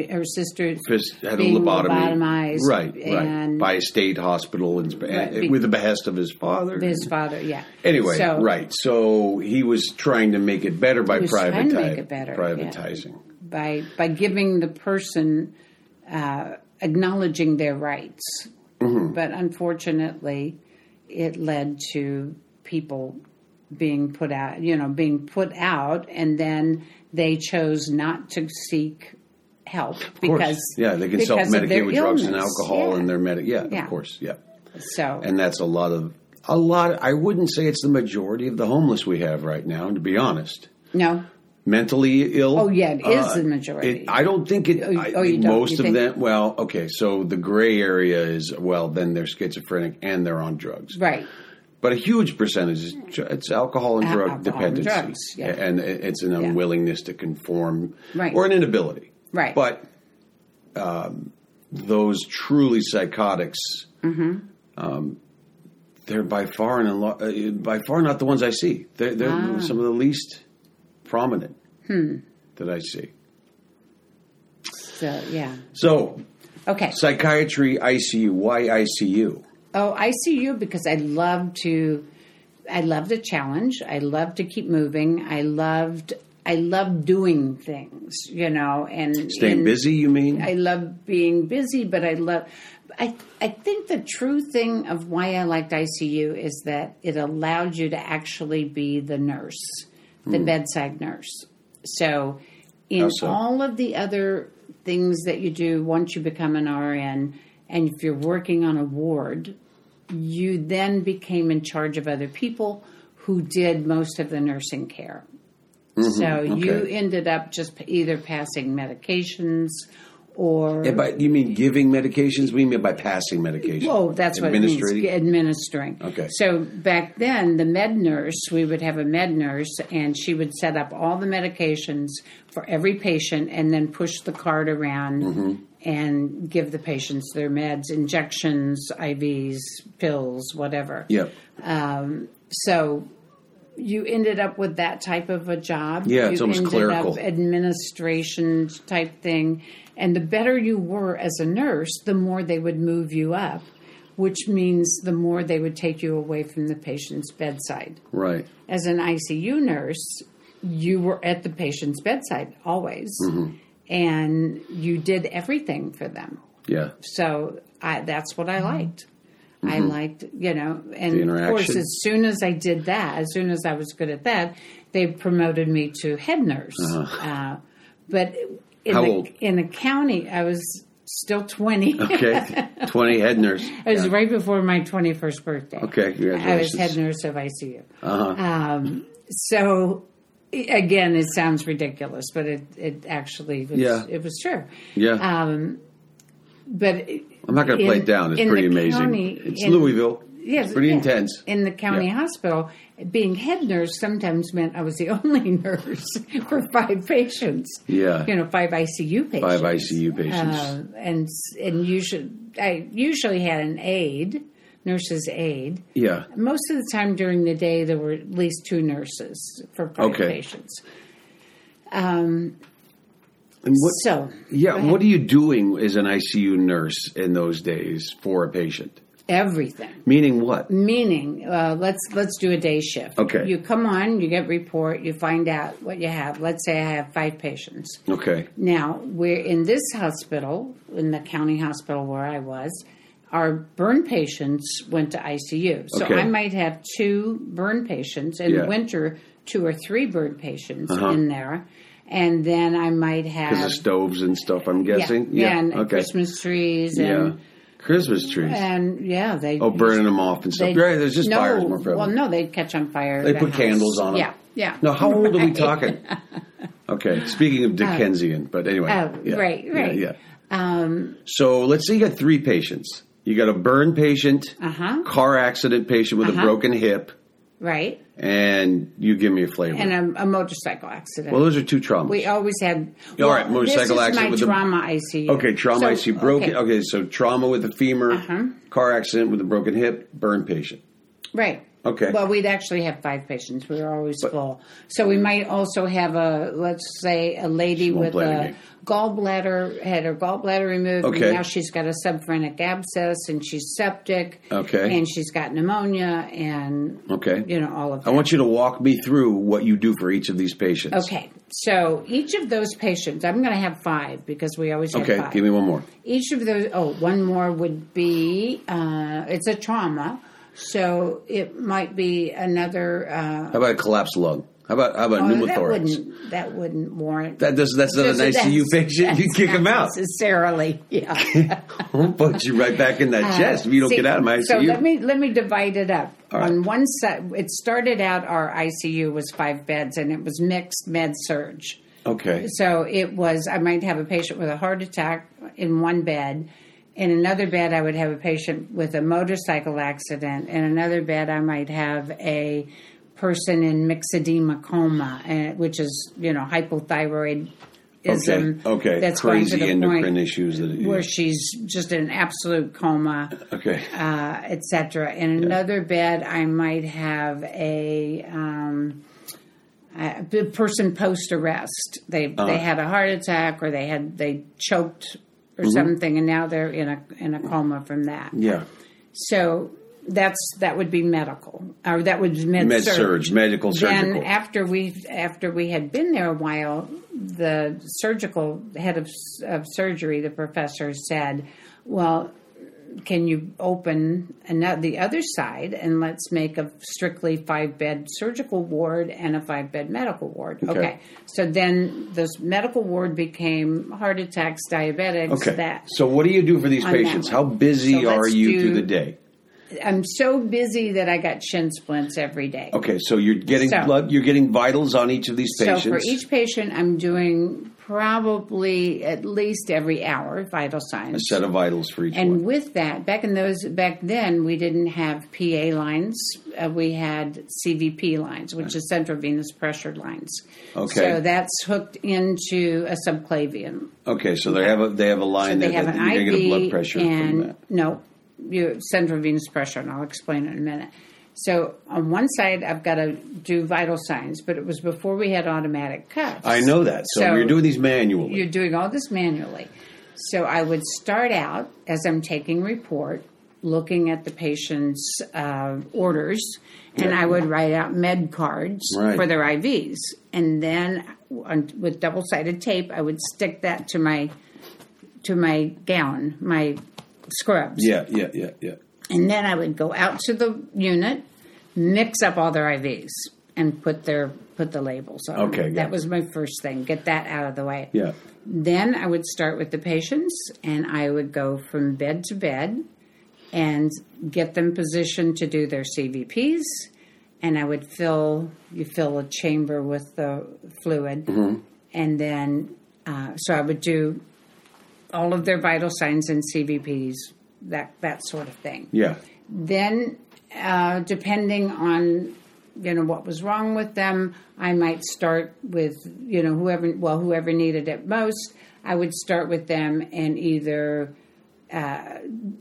her sisters Fist had a being lobotomy, lobotomized right? Right. and- By a state hospital and, eh, Right, be- with the behest of his father. his father yeah anyway, So- right. So he was trying to make it better by He was trying to make privati- it better, privatizing. by by giving the person uh, acknowledging their rights. Mm-hmm. But unfortunately, it led to people being put out, you know, being put out, and then they chose not to seek help Of course. because yeah, they can because self of their medicate with drugs and illness. alcohol yeah. and their medic. Yeah, Yeah. of course. Yeah, so and that's a lot of a lot. I wouldn't say it's the majority of the homeless we have right now. To be honest, no mentally ill. Uh, Oh, yeah, it is the majority. it- I don't think it. Oh, I, oh, you don't. most You of think- them. Well, okay. So the gray area is well, then they're schizophrenic and they're on drugs. right But a huge percentage is ju- it's alcohol and Al- drug alcohol and dependency, drugs, yeah. and it- it's an unwillingness to conform Right. or an inability. Right. But um, those truly psychotics, um, Mm-hmm. they're by far and a lo- uh, by far not the ones I see. They're, they're Ah. some of the least prominent Hmm. that I see. so yeah So okay psychiatry ICU, why ICU? Oh, I see you because I love to I love the challenge. I love to keep moving. I loved I love doing things, you know, and Staying and busy, you mean? I love being busy, but I love I I think the true thing of why I liked ICU is that it allowed you to actually be the nurse, the bedside nurse. So in Hmm. How so? all of the other things that you do once you become an RN and if you're working on a ward, you then became in charge of other people who did most of the nursing care. so you Mm-hmm. okay. ended up just p- either passing medications or Yeah, but you mean giving medications? We mean by passing medications. Oh, that's what it means. Administrating? Administering. Okay. So back then, the med nurse, we would have a med nurse, and she would set up all the medications for every patient, and then push the card around Mm-hmm. and give the patients their meds, injections, IVs, pills, whatever. Yep. So you ended up with that type of a job. Yeah, it's You almost ended clerical. Up administration type thing, and the better you were as a nurse, the more they would move you up, which means the more they would take you away from the patient's bedside. Right. As an ICU nurse, you were at the patient's bedside always, Mm-hmm. and you did everything for them. Yeah. Mm-hmm. So I, that's what I liked. I liked, you know, and of course, interaction. as soon as I did that, as soon as I was good at that, they promoted me to head nurse. uh but Uh-huh. in How the, old? in the county, I was still twenty. [laughs] Okay. [laughs] 20 head nurse. It was right before my 21st birthday. Okay, I was congratulations. Uh-huh. head nurse of ICU. Um, so, i- again, it sounds ridiculous, but it, it actually was, Yeah. it was true. Yeah. But it- I'm not going to play in- it down. It's in pretty the amazing. county- it's in- Louisville. Yes, It's pretty yeah. intense. In the county Yeah. hospital, being head nurse sometimes meant I was the [laughs] only nurse for five patients. Yeah. you know, five ICU Five patients. ICU patients. Uh, and and usually I usually had an aide, nurse's aide. yeah. Most of the time during the day, there were at least two nurses for five Okay. patients. Um, And what, So yeah, go ahead. what are you doing as an ICU nurse in those days for a patient? everything. Meaning what? meaning uh, let's let's do a day shift Okay. you come on you get report you find out what you have let's say i have five patients Okay. now we're in this hospital in the county hospital where i was our burn patients went to icu so Okay. i might have two burn patients in Yeah. Uh-huh. the winter two or three burn patients in there and then i might have Because of stoves and stuff, I'm um, yeah, guessing. yeah, and okay. christmas trees yeah. and Christmas trees. and yeah they oh, burning them off and stuff. They'd- Right, there's just no, fires more Well, prevalent. no, they'd catch on fire. They the put house. candles on them. Yeah, yeah. Now, how old are we [laughs] Right. talking? Okay, speaking of Dickensian, but anyway. oh, right, right. Yeah. Um, so let's say you got three patients. You got a burn patient, Uh-huh. car accident patient with a Uh-huh. broken hip, Right, and you give me a flavor. and a, a motorcycle accident. well, those are two traumas. we always had. All right, well, motorcycle this is accident My with the- trauma ICU. okay, trauma. So, I see broken. Okay. so trauma with the femur, Uh-huh. car accident with a broken hip, burn patient. Right. Okay. Well, we'd actually have five patients. We were always full. So we might also have a, let's say, a lady won't with play the a game. gallbladder, had her gallbladder removed. and Okay. now she's got a subphrenic abscess and she's septic. Okay. And she's got pneumonia and, Okay. you know, all of that. I want you to walk me through what you do for each of these patients. Okay, so each of those patients, I'm going to have five because we always have Okay, five. give me one more. each of those. Oh, one more would be uh, it's a trauma, so it might be another. Uh, How about a collapsed lung? How How about how about Oh, that pneumothorax? wouldn't that wouldn't warrant That does, that's not a nice to you patient. You [laughs] that's kick not him out. necessarily. [laughs] Yeah. We'll put you right back in that chest [laughs] if you don't Uh, See, get out of my So ICU. let me let me divide it up. right. On one side, it started out our ICU was five beds, and it was mixed med surge. okay. So it was I might have a patient with a heart attack in one bed. In another bed, I would have a patient with a motorcycle accident. In another bed, I might have a person in myxedema coma, and- which is you know hypothyroidism. Okay. Okay. That's going Crazy to the endocrine point issues. That, where she's just in an absolute coma okay. uh, etc. In another bed, I might have a, um, a a person post arrest. They they had a heart attack or they had they choked or something, and now they're in a in a coma from that. yeah. So that's that would be medical, or that would be med, Med surg. surge, medical, Then surgical. after we after we had been there a while, the surgical head of, of surgery, the professor said, "Well, can you open another, the other side and let's make a strictly five bed surgical ward and a five bed medical ward?" Okay. So then the medical ward became heart attacks, diabetics. okay. That so what do you do for these on that patients? one. How busy So are let's you do- through the day? I'm so busy that I got shin splints every day. Okay. So you're getting So- blood. You're getting vitals on each of these patients. So for each patient, I'm doing probably at least every hour vital a signs. set of vitals for each And one. with that, back in those back then, we didn't have PA lines. Uh, we had CVP lines, which is central venous pressure lines. Okay. So that's hooked into a subclavian. Okay. So they have a they have a line So there they have that an you're gonna get a IV blood pressure from and that. no, you central venous pressure, and I'll explain in a minute. So on one side, I've got to do vital signs, but it was before we had automatic cuffs. I know that. So, So- you're doing these manually. You're doing all this manually. So I would start out as I'm taking report, looking at the patient's uh, orders, and I would write out med cards Right. for their IVs. And then on, with double sided tape, I would stick that to my to my gown, my scrubs. yeah. Yeah. Yeah. Yeah. And then I would go out to the unit, mix up all their IVs, and put their put the labels on. them. Okay, got that it. was my first thing. Get that out of the way. Yeah. Then I would start with the patients, and I would go from bed to bed, and get them positioned to do their CVPs. And I would fill you fill a chamber with the fluid, and then uh, so I would do all of their vital signs and CVPs, that that sort of thing Yeah. then uh, depending on you know what was wrong with them i might start with you know whoever well whoever needed it most i would start with them and either uh,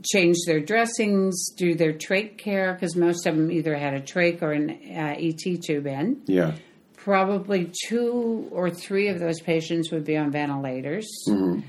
change their dressings do their trach care because most of them either had a trach or an uh, et tube in Yeah. probably two or three of those patients would be on ventilators Mm-hmm.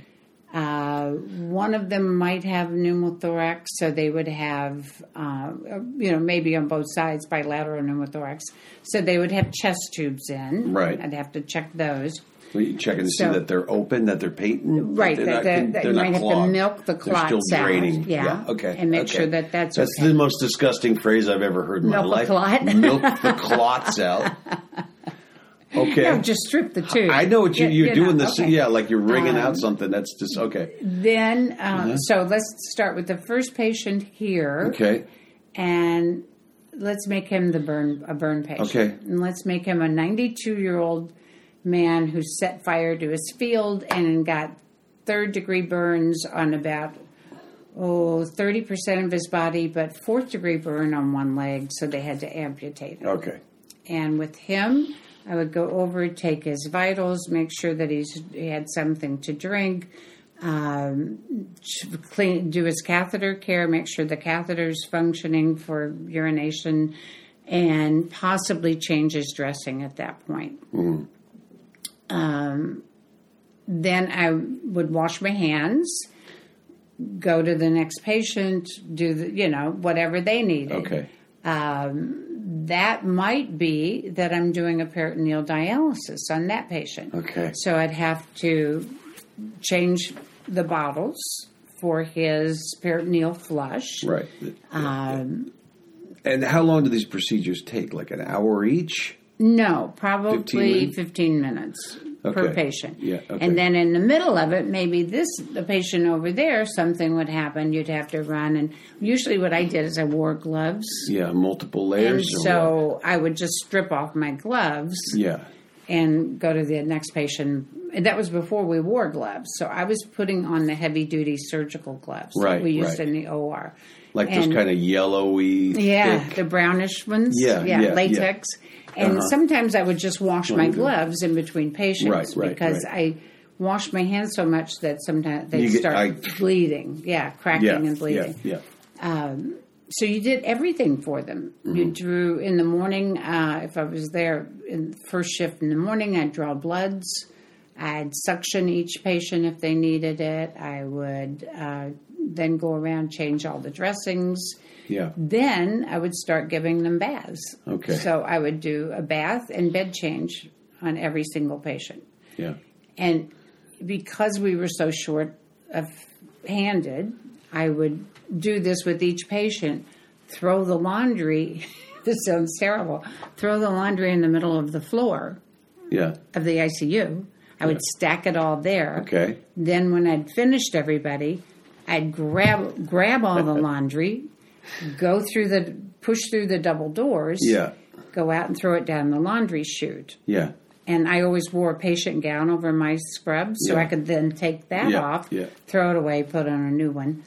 uh, one of them might have pneumothorax, so they would have, uh, you know, maybe on both sides, bilateral pneumothorax. So they would have chest tubes in. Right. I'd have to check those. Well, you check and see So- that they're open, that they're patent, Right, That they're that- not, that- con- that they're you not might have to clogged. milk the They're clots still out. draining. Yeah. Okay. And make okay. sure that that's that's okay. the most disgusting phrase I've ever heard in my Milk a life. clot. milk [laughs] the clots out. Okay. No, just strip the tube. I know what you, Yeah, you're you know, doing. This, okay. Um, yeah, like you're wringing out something. That's just okay. Then, uh, so let's start with the first patient here. Mm-hmm. Okay. and let's make him the burn a burn patient. Okay. And let's make him a 92 year old man who set fire to his field and got third degree burns on about oh 30% of his body but fourth degree burn on one leg so they had to amputate him. Okay. And with him, I would go over, take his vitals, make sure that he's he had something to drink, um, ch- clean, do his catheter care, make sure the catheter's functioning for urination, and possibly change his dressing at that point. Um, then I would wash my hands. Go to the next patient, do the, you know, whatever they needed Okay. that might be that I'm doing a peritoneal dialysis on that patient. Okay. So I'd have to change the bottles for his peritoneal flush. Right. Um, and how long do these procedures take? Like an hour each? No, probably 15, minutes? minutes per Okay. patient. Yeah, okay. And then in the middle of it, maybe this, the patient over there, something would happen. You'd have to run. And usually what I did is I wore gloves. Yeah, multiple And layers. or what? so I would just strip off my gloves yeah, and go to the next patient. And that was before we wore gloves. So I was putting on the heavy duty surgical gloves Right, that we used right. in the OR. like And- those kind of yellowy. yeah, thick- the brownish ones. Yeah, yeah, yeah. latex. And Uh-huh. sometimes I would just wash my Mhm. gloves in between patients Right, right, because right. I wash my hands so much that sometimes they You get- start I- bleeding. Yeah, cracking yeah, and bleeding. yeah, yeah. So you did everything for them. You drew in the morning. Uh, if I was there in the first shift in the morning, I'd draw bloods. I'd suction each patient if they needed it. I would uh, then go around change all the dressings Yeah. then I would start giving them baths. Okay. So I would do a bath and bed change on every single patient. Yeah. And because we were so short of handed, I would do this with each patient, throw the laundry. [laughs] this sounds terrible. Throw the laundry in the middle of the floor Yeah. of the ICU. I would stack it all there. Okay. Then when I'd finished everybody, I'd grab grab [laughs] all the laundry, go through the push through the double doors, Yeah. go out and throw it down the laundry chute. Yeah. And I always wore a patient gown over my scrub so Yeah. I could then take that Yeah, off, yeah. throw it away, put on a new one.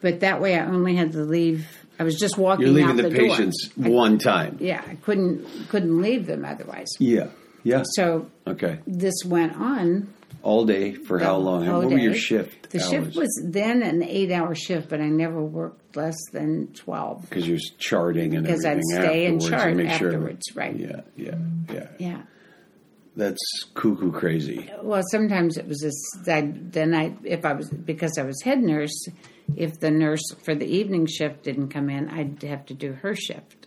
But that way I only had to leave I was just walking You're leaving out the, the, door. patients one time. Yeah, I couldn't couldn't leave them otherwise. Yeah. Yeah. So okay. this went on All day for how long? whole what were your day. shift The shift was then an eight-hour shift, but I never worked less than twelve because you're charting and because I'd everything stay and afterwards chart and make sure. afterwards, right? Yeah, yeah, yeah, Yeah. That's cuckoo crazy. Well, sometimes it was this. I, then I, if I was because I was head nurse, if the nurse for the evening shift didn't come in, I'd have to do her shift,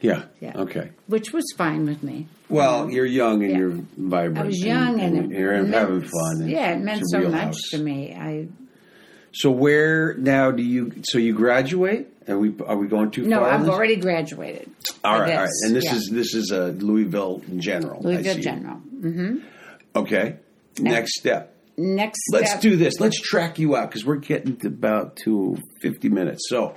Yeah. Yeah. Okay. which was fine with me. Well, you're young and Yeah. you're vibrant. I was young and, it you're meant- having fun. and Yeah, it meant it's so your much wheelhouse. to me. I So where now do you? So you graduate? Are we are we going too no, far? on I've this? already graduated. All right, all I right. guess. And this Yeah. is this is a Louisville General. I Louisville see. General. Okay. Next step. Next, Let's step, do this. Let's track you out because we're getting to about to fifty minutes. So,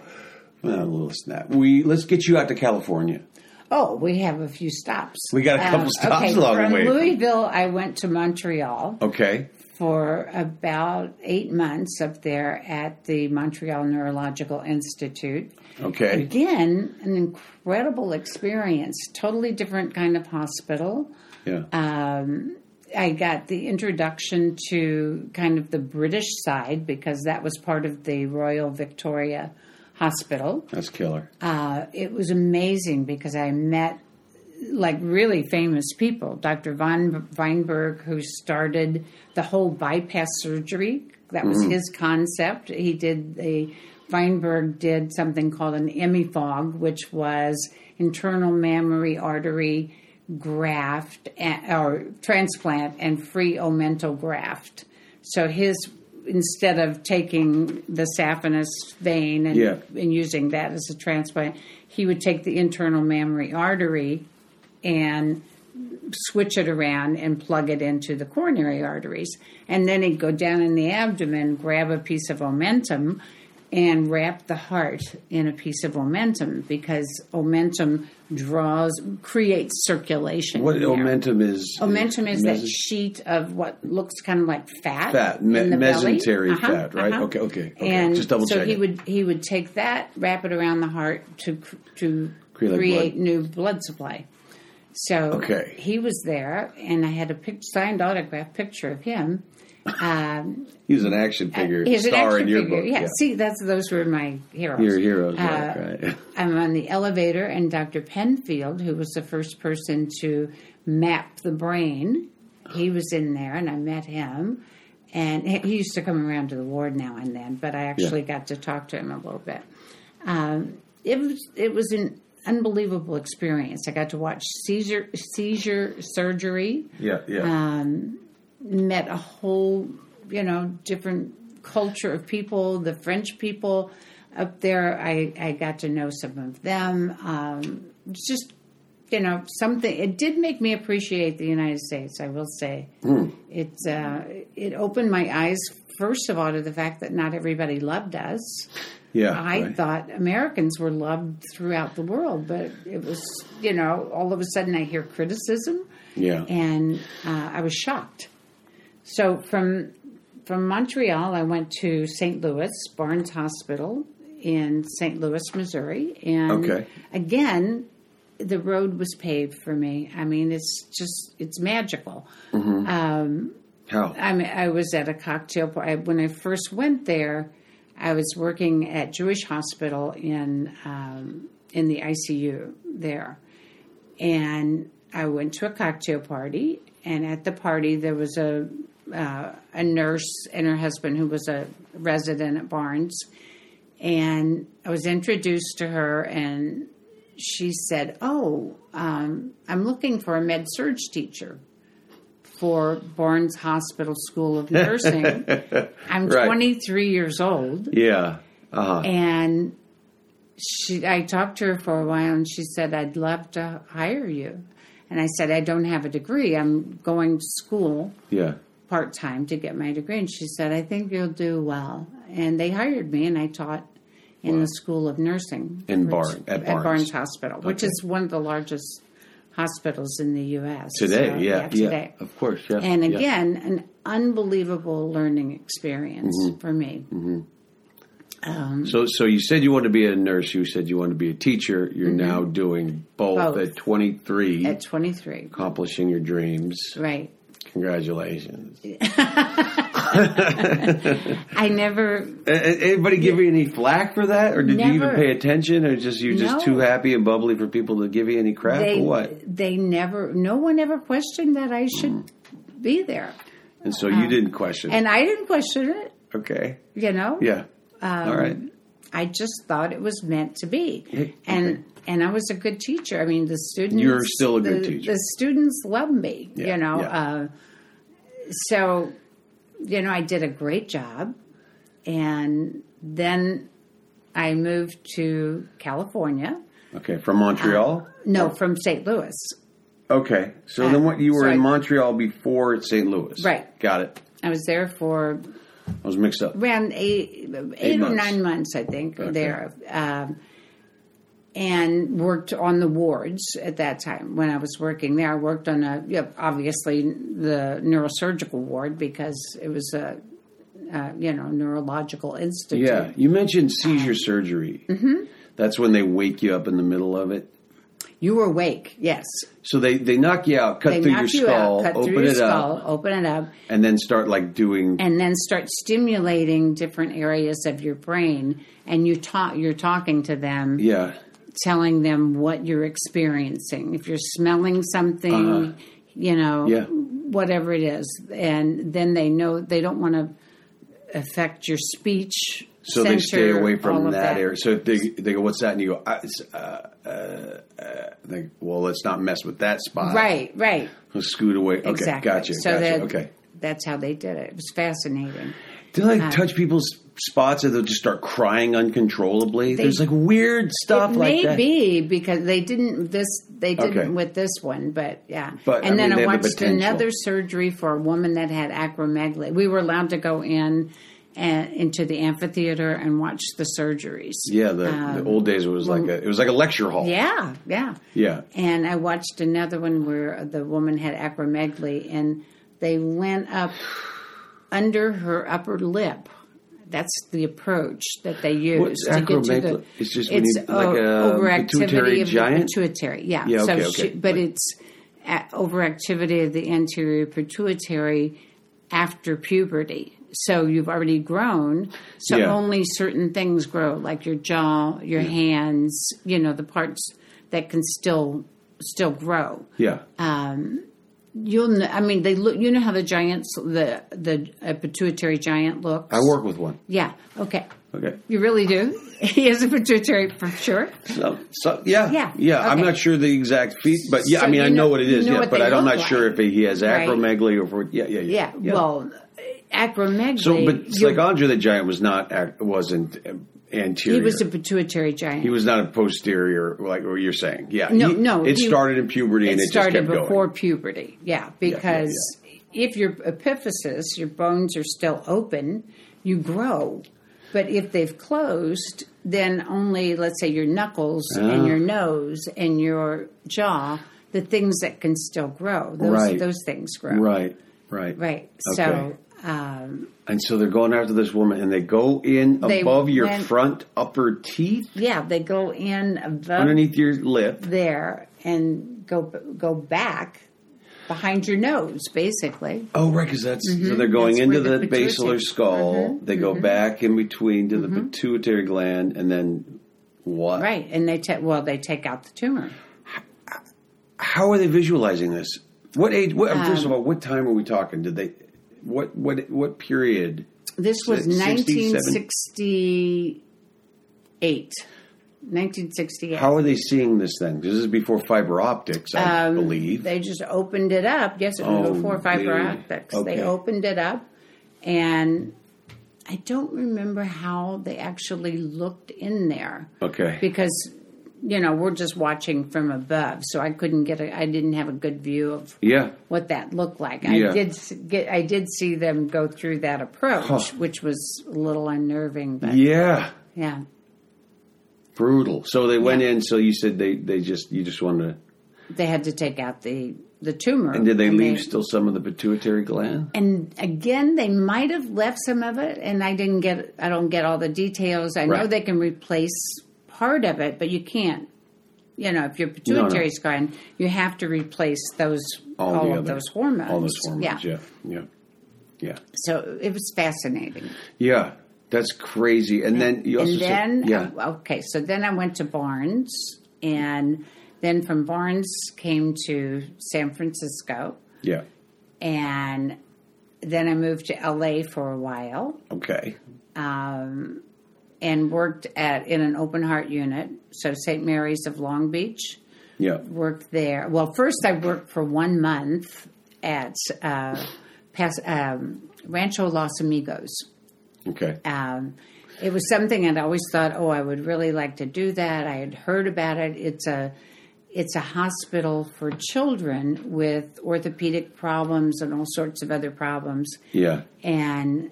well, a little snap. We let's get you out to California. Oh, we have a few stops. Um, We got a couple stops okay, along the from way. Louisville, I went to Montreal Okay. for about eight months up there at the Montreal Neurological Institute. Okay. Again, an incredible experience, totally different kind of hospital. Yeah. Um, I got the introduction to kind of the British side because that was part of the Royal Victoria Hospital That's killer. uh, it was amazing because I met like really famous people. Dr. Von Weinberg, who started the whole bypass surgery, that was his concept. He did the Weinberg did something called an E EMIFOG, which was internal mammary artery graft and, or transplant and free omental graft. So his instead of taking the saphenous vein and Yeah. and using that as a transplant, he would take the internal mammary artery and switch it around and plug it into the coronary arteries. And then he'd go down in the abdomen, grab a piece of omentum, and wrap the heart in a piece of omentum because omentum draws, creates circulation. What in there. omentum is? Omentum is meso- that sheet of what looks kind of like fat, Fat, in me- the belly. mesentery Uh-huh, fat, right? uh-huh. Okay, okay, okay. And Just double so he checking. would he would take that, wrap it around the heart to cr- to Create like create, blood. new blood supply. So Okay. he was there, and I had a pic- signed autograph picture of him. Um, He was an action figure, he's an star action in your figure. book. Yeah, see, that's those were my heroes. your heroes, Uh, right, right? [laughs] I'm on the elevator, and Dr. Penfield, who was the first person to map the brain, he was in there, and I met him. And he- he used to come around to the ward now and then, but I actually got to talk to him a little bit. Um, it was it was an unbelievable experience. I got to watch seizure seizure surgery, Yeah, yeah. uh, met a whole you know different culture of people. The French people up there, I I got to know some of them. Um, it's just you know something. It did make me appreciate the United States. I will say Hmm. it. Uh, it opened my eyes first of all to the fact that not everybody loved us. Yeah, I right. thought Americans were loved throughout the world, but it was you know all of a sudden I hear criticism Yeah. and uh, I was shocked. So from from Montreal, I went to St. Louis Barnes Hospital in St. Louis, Missouri, and Okay. again, the road was paved for me. I mean, it's just it's magical. How? I mean, I was at a cocktail party when I first went there. I was working at Jewish Hospital in um, in the ICU there, and I went to a cocktail party. And at the party, there was a uh, a nurse and her husband who was a resident at Barnes, and I was introduced to her, and she said, "Oh, um, I'm looking for a med surge teacher." for Barnes Hospital School of Nursing. I'm Right. 23 years old, yeah. Uh-huh. and she. I talked to her for a while, and she said, "I'd love to hire you." And I said, "I don't have a degree. I'm going to school Yeah. part time to get my degree." And she said, "I think you'll do well." And they hired me, and I taught in the School of Nursing In which- Barn- at Barnes. Hospital, which Okay. is one of the largest hospitals in the U.S. Today, So, yeah, yeah, today. Of course, yeah. And yeah. again, an unbelievable learning experience Mm-hmm. for me. So, so you said you wanted to be a nurse. You said you wanted to be a teacher. You're now doing both, Mm-hmm. Both. at 23, At 23, accomplishing your dreams. right. Congratulations. I never, A- a- Anybody give you any flack for that, or did you even Never. pay attention, or just you're just No. too happy and bubbly for people to give you any crap, they, or what? they never, no one ever questioned that I should Mm. be there. And so you didn't question. it. Um, And I didn't question it, okay. you know? Yeah. Um, All right. I just thought it was meant to be. Okay. And and I was a good teacher. I mean, the students You're still a good the- teacher. The students love me, Yeah, you know. yeah. Uh, so, you know, I did a great job. And then I moved to California. Okay. From Montreal. No, from St. Louis. uh, okay. So then, what you were so in I- Montreal before at St. Louis? Right. Got it. I was there for I was mixed up. around eight, eight, or months. nine months, I think, there. Um, and worked on the wards at that time when I was working there. I worked on a, yeah, obviously, the neurosurgical ward because it was a, uh, you know, neurological institute. Yeah, you mentioned seizure surgery. Mm-hmm. That's when they wake you up in the middle of it. You were awake, yes. So they, they knock you out, cut They through your knock you skull, out, cut open through your it skull, up, open it up, and then start like doing. and then start stimulating different areas of your brain. And you talk, you're talking to them. yeah, telling them what you're experiencing. If you're smelling something, you know, Uh-huh. Yeah. whatever it is, and then they know they don't want to affect your speech. so they stay censor, away from all that, of area. So if they they go, "What's that?" and you go, I, it's, uh, uh, uh, they, "Well, let's not mess with that spot." Right, right, Let's scoot away. Okay, exactly. gotcha. So gotcha. that, okay. that's how they did it. It was fascinating. Do they like Uh, touch people's spots and they'll just start crying uncontrollably? There's like weird stuff it like may that. be because they didn't this they didn't Okay. with this one, but yeah. But, and I then mean, they I have the watched potential. another surgery for a woman that had acromegaly. We were allowed to go in and into the amphitheater and watch the surgeries. Um, Yeah, the, the old days it was like a it was like a lecture hall. Yeah, yeah. Yeah. And I watched another one where the woman had acromegaly and they went up under her upper lip. That's the approach that they use What's to get to acromegaly? the. It's just when you- like o- a pituitary overactivity of giant? the pituitary. Yeah. Yeah, okay, so she- okay. but it's a- overactivity of the anterior pituitary after puberty. So you've already grown. So Yeah. only certain things grow, like your jaw, your hands. You know the parts that can still still grow. Yeah. Uh, You'll. kn- I mean, they look. You know how the giants, the the uh, pituitary giant looks. I work with one. Yeah. Okay. Okay. You really do. [laughs] he is a pituitary for sure. So, so yeah, Yeah, yeah. I'm okay. not sure the exact feet, but yeah, So I mean, you I know know- what it is, you know yeah. what But they I'm look not sure like. if he has Right. acromegaly or if we're- yeah, yeah, yeah, Yeah. Well, acromegaly. So, but it's you're- like Andre the Giant was not ac- wasn't um, anterior. he was a pituitary giant. He was not a posterior, like what you're saying. Yeah. No, He- no, It he- started in puberty it and it started just kept before going. puberty. Yeah, because if your epiphysis, your bones are still open, you grow. But if they've closed, then only let's say your knuckles and Ah. your nose and your jaw, the things that can still grow, those Right. those things grow. Right. Right. Right. Okay. So um, And so they're going after this woman, and they go in They above your went- front upper teeth, yeah, they go in above underneath your lip. there and go go back behind your nose, basically. Oh, right, because that's so they're going Mm-hmm. That's into where the, the basilar pituitary- Mm-hmm. skull. They go back in between to the pituitary gland, and then what? Right, and they take well, they take out the tumor. How are they visualizing this? What age? What, Um, first of all, what time are we talking? Did they? What? What? What period? This was Six- 1968. 1968. How are they seeing this then? 'Cause This is before fiber optics, I Um, believe. They just opened it up. Yes, it was Oh, before fiber they- optics. okay. They opened it up, and I don't remember how they actually looked in there. Okay. Because, you know, we're just watching from above, so I couldn't get a, I didn't have a good view of yeah. what that looked like. Yeah. I did s- get I did see them go through that approach, Huh. which was a little unnerving, but yeah. Yeah. Brutal. So they went in. So you said they they just you just wanted. To, They had to take out the the tumor. and did they leave still some of the pituitary gland? and again, they might have left some of it, and I didn't get. I don't get all the details. I know Right. they can replace part of it, but you can't. You know, if your pituitary is gone, you have to replace those all, the of other- those hormones. All those hormones. Yeah. Yeah. Yeah. So it was fascinating. Yeah. That's crazy. And then you also and then said, yeah. okay so then i went to barnes and then from barnes came to san francisco Yeah. and then i moved to la for a while Okay. and worked at in an open heart unit so st mary's of long beach Yeah. worked there well first i worked for one month at uh, Pas- um, rancho los amigos Okay. um, it was something I'd always thought, oh, I would really like to do that. I had heard about it. It's a it's a hospital for children with orthopedic problems and all sorts of other problems. Yeah. And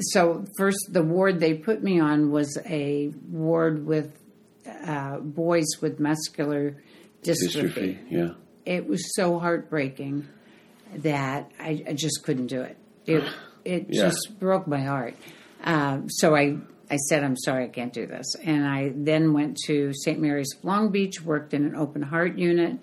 so, first, the ward they put me on was a ward with uh, boys with muscular Dystrophy. dystrophy. Yeah. It was so heartbreaking that I, I just couldn't do it. It, it Yeah. just broke my heart. Um, so I, I said, I'm sorry, I can't do this. And I then went to St. Mary's of Long Beach, worked in an open heart unit,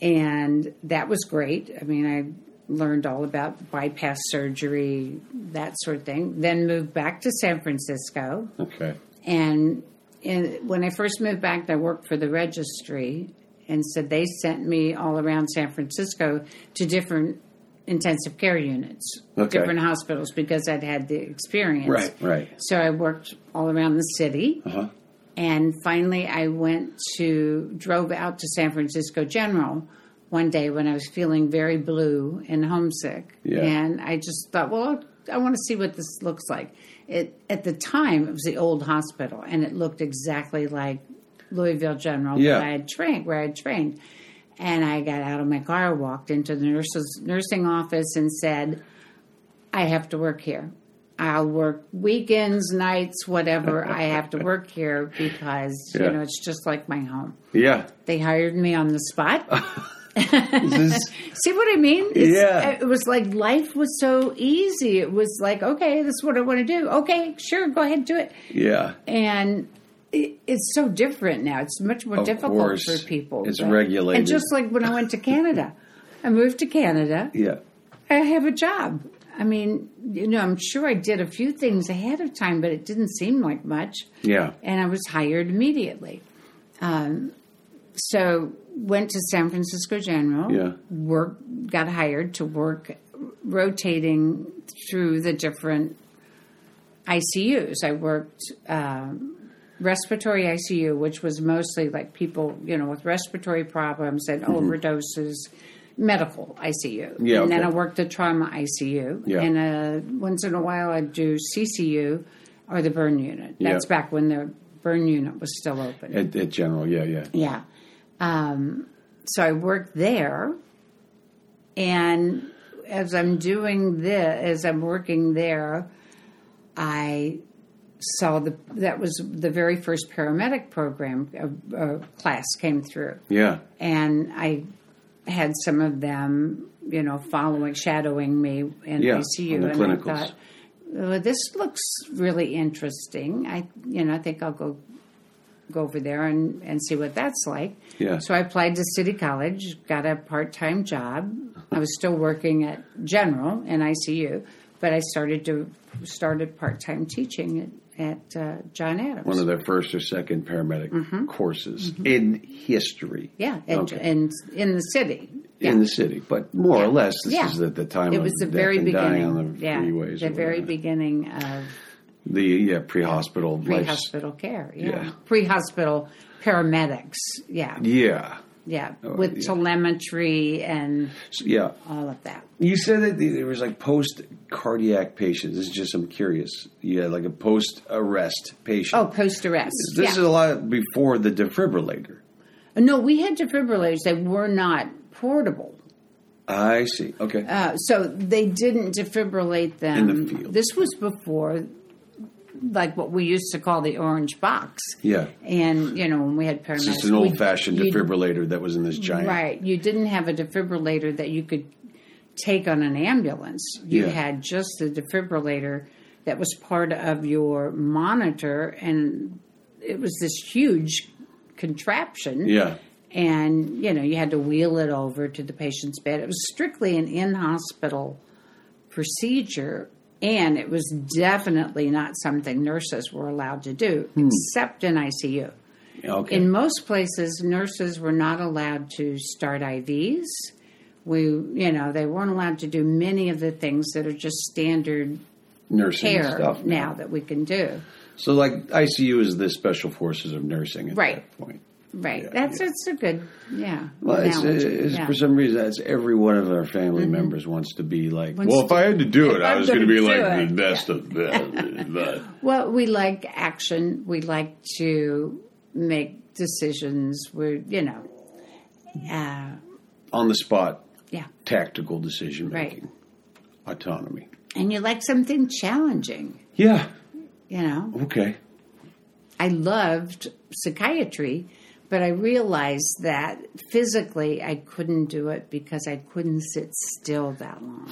and that was great. I mean, I learned all about bypass surgery, that sort of thing. Then moved back to San Francisco Okay. and in, when I first moved back, I worked for the registry, and so they sent me all around San Francisco to different intensive care units, Okay. different hospitals, because I'd had the experience. Right. Right. So I worked all around the city, Uh huh. and finally I went to drove out to San Francisco General one day when I was feeling very blue and homesick, Yeah. and I just thought, well, I want to see what this looks like. It at the time it was the old hospital, and it looked exactly like Louisville General Yeah. that I had trained where I had trained. And I got out of my car, walked into the nurse's nursing office, and said, I have to work here. I'll work weekends, nights, whatever. I have to work here because Yeah. you know it's just like my home. Yeah. They hired me on the [laughs] spot. This is- See what I mean? It's- Yeah. It was like life was so easy. It was like, okay, this is what I want to do. Okay, sure, go ahead, do it. yeah. And it, it's so different now. It's much more Of difficult course. for people. It's but- regulated. And just like when I went to Canada, I moved to Canada. Yeah. I have a job. I mean, you know, I'm sure I did a few things ahead of time, but it didn't seem like much. Yeah. And I was hired immediately. Um, so went to San Francisco General. Yeah. Work got hired to work rotating through the different ICUs. I worked um, respiratory ICU, which was mostly like people, you know, with respiratory problems and overdoses, medical ICU. Mm-hmm. Yeah, and then okay. I worked the trauma ICU. Yeah. And uh, once in a while, I'd do CCU or the burn unit. That's Yeah. back when the burn unit was still open. At, at general, yeah, yeah. Yeah. Um, so I work there, and as I'm doing this, as I'm working there, I saw the that was the very first paramedic program uh, uh, class came through, Yeah. and I had some of them, you know, following, shadowing me in Yeah, ICU, on the and clinicals. I thought, oh, this looks really interesting. I, you know, I think I'll go go over there and and see what that's like. Yeah. So I applied to City College, got a part time job. I was still working at General in ICU, but I started to started part time teaching at, at uh, John Adams. One of their first or second paramedic Mm-hmm. courses in history. yeah, and, Okay. and in the city. Yeah. In the city, but more or less, this Yeah. is at the time It of was the death very and dying beginning. on the yeah, freeways. the or very whatever. beginning of The yeah, pre-hospital. life. pre-hospital care. Yeah, Yeah. pre-hospital paramedics. Yeah, Yeah, Oh, yeah, with yeah. telemetry and So, yeah. all of that. You said that there was like post cardiac patients. This is just I'm curious. Yeah, like a post arrest patient. Oh, post-arrest. this yeah. is a lot before the defibrillator. No, we had defibrillators. They were not portable. I see. Okay. Uh, so they didn't defibrillate them. In the field. This was before, like what we used to call the orange box. yeah. And, you know, when we had paramedics. It's just an we- old fashioned you- defibrillator that was in this giant. Right. You didn't have a defibrillator that you could take on an ambulance. You Yeah. had just the defibrillator that was part of your monitor, and it was this huge contraption. Yeah. And, you know, you had to wheel it over to the patient's bed. It was strictly an in hospital procedure. And it was definitely not something nurses were allowed to do, Hmm. except in ICU. Okay. In most places, nurses were not allowed to start IVs. We, you know, they weren't allowed to do many of the things that are just standard Nursing care stuff. now that we can do. So like ICU is the special forces of nursing at Right. that point. Right. that's it's a good, yeah. Well, it's, uh, analogy. it's Yeah. Mm-hmm. for some reason that's every one of our family members wants to be like. Wants well, if to- I had to do it, if I I'm was going to gonna be do like the it." best of [laughs] the Well, we like action. We like to make decisions. We're, you know, uh, on the spot yeah, tactical decision making, right. autonomy. And you like something challenging, Yeah. you know? Okay. I loved psychiatry, but I realized that physically I couldn't do it because I couldn't sit still that long.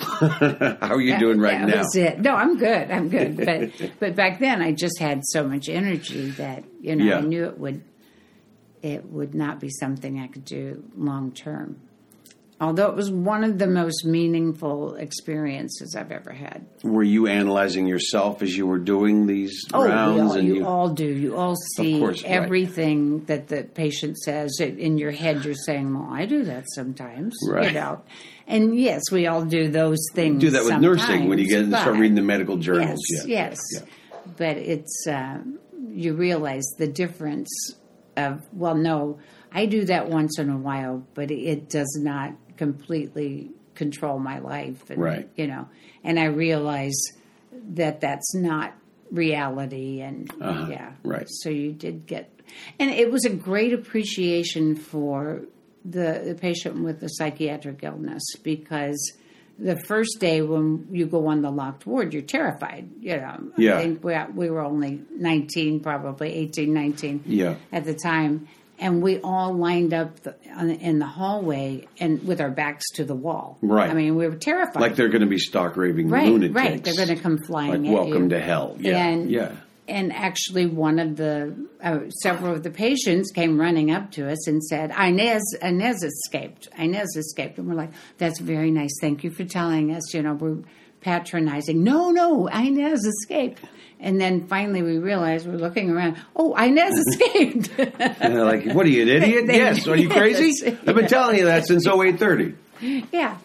How are you doing right that now? was it. No, I'm good. [laughs] I'm good. But but back then I just had so much energy that you know Yeah. I knew it would it would not be something I could do long term. Although it was one of the most meaningful experiences I've ever had. Were you analyzing yourself as you were doing these Oh, we rounds? all, and you, all do. You all see course, right. everything that the patient says. It- In your head, you're saying, "Well, I do that sometimes." you Right. know. And yes, we all do those things. do that with nursing when you get sometimes, start but- reading the medical journals. Yes, yeah. yes. But it's um, you realize the difference of well, no, I do that once in a while, but it does not completely control my life, and, Right. You know, and I realize that that's not reality, and Uh-huh. yeah, right. So you did get, and it was a great appreciation for the, the patient with the psychiatric illness because the first day when you go on the locked ward, you're terrified. You know, Yeah. I think we, we were only 19, probably 18, 19 Yeah. at the time. And we all lined up the, on, in the hallway and with our backs to the wall. Right. I mean, we were terrified. Like they're going to be stock raving right, lunatics. right. They're going to come like flying. at welcome you. to hell. Yeah, And- yeah. And actually, one of the uh, several of the patients came running up to us and said, "Inez, Inez escaped. Inez escaped." And we're like, "That's very nice. Thank you for telling us. You know, we're patronizing." No, no, Inez escaped. And then finally, we realized we're looking around. Oh, Inez [laughs] escaped. And they're like, "What are you, an idiot? [laughs] They- yes. Are you crazy? Yes. I've been telling you that since 0830. yeah.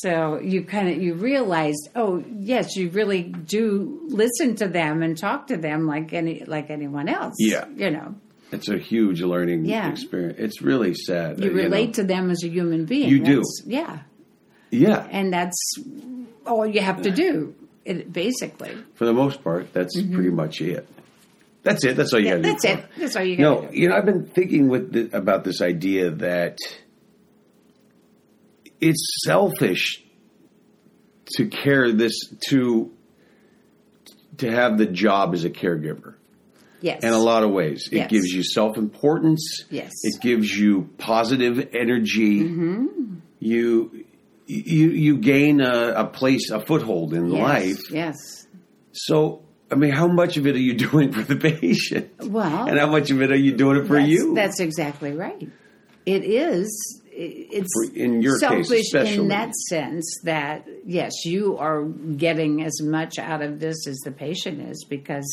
So you kind of you realized, oh yes, you really do listen to them and talk to them like any like anyone else. Yeah. You know. It's a huge learning Yeah. experience. It's really sad. You Uh, know. relate to them as a human being. You do. That's- Yeah. yeah. And that's all you have to do, it, basically. for the most part, that's pretty much it. That's it. That's all you Mm-hmm. Yeah, got to do. that's for it. That's all you got No, to do. you know, I've been thinking with the, about this idea that it's selfish to care this to to have the job as a caregiver Yes. in a lot of ways. It Yes. gives you self importance. Yes. It gives you positive energy. Mm-hmm. You you you gain a, a place, a foothold in yes. life. Yes. So, I mean, how much of it are you [laughs] doing for the patient? Well, and how much of it are you doing it for that's, you? That's exactly right. It is. It's For- in your case selfish especially. in that sense that yes, you are getting as much out of this as the patient is because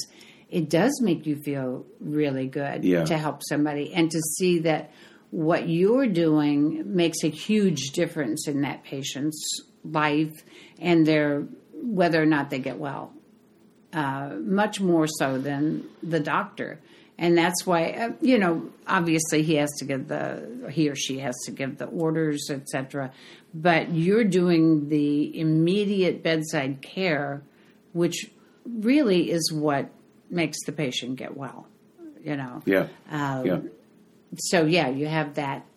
it does make you feel really good Yeah. to help somebody and to see that what you're doing makes a huge difference in that patient's life and their whether or not they get well much more so than the doctor. And that's why, uh, you know, obviously he has to give the, he or she has to give the orders, et cetera. But you're doing the immediate bedside care, which really is what makes the patient get well, you know. yeah. um, yeah. So, yeah, you have that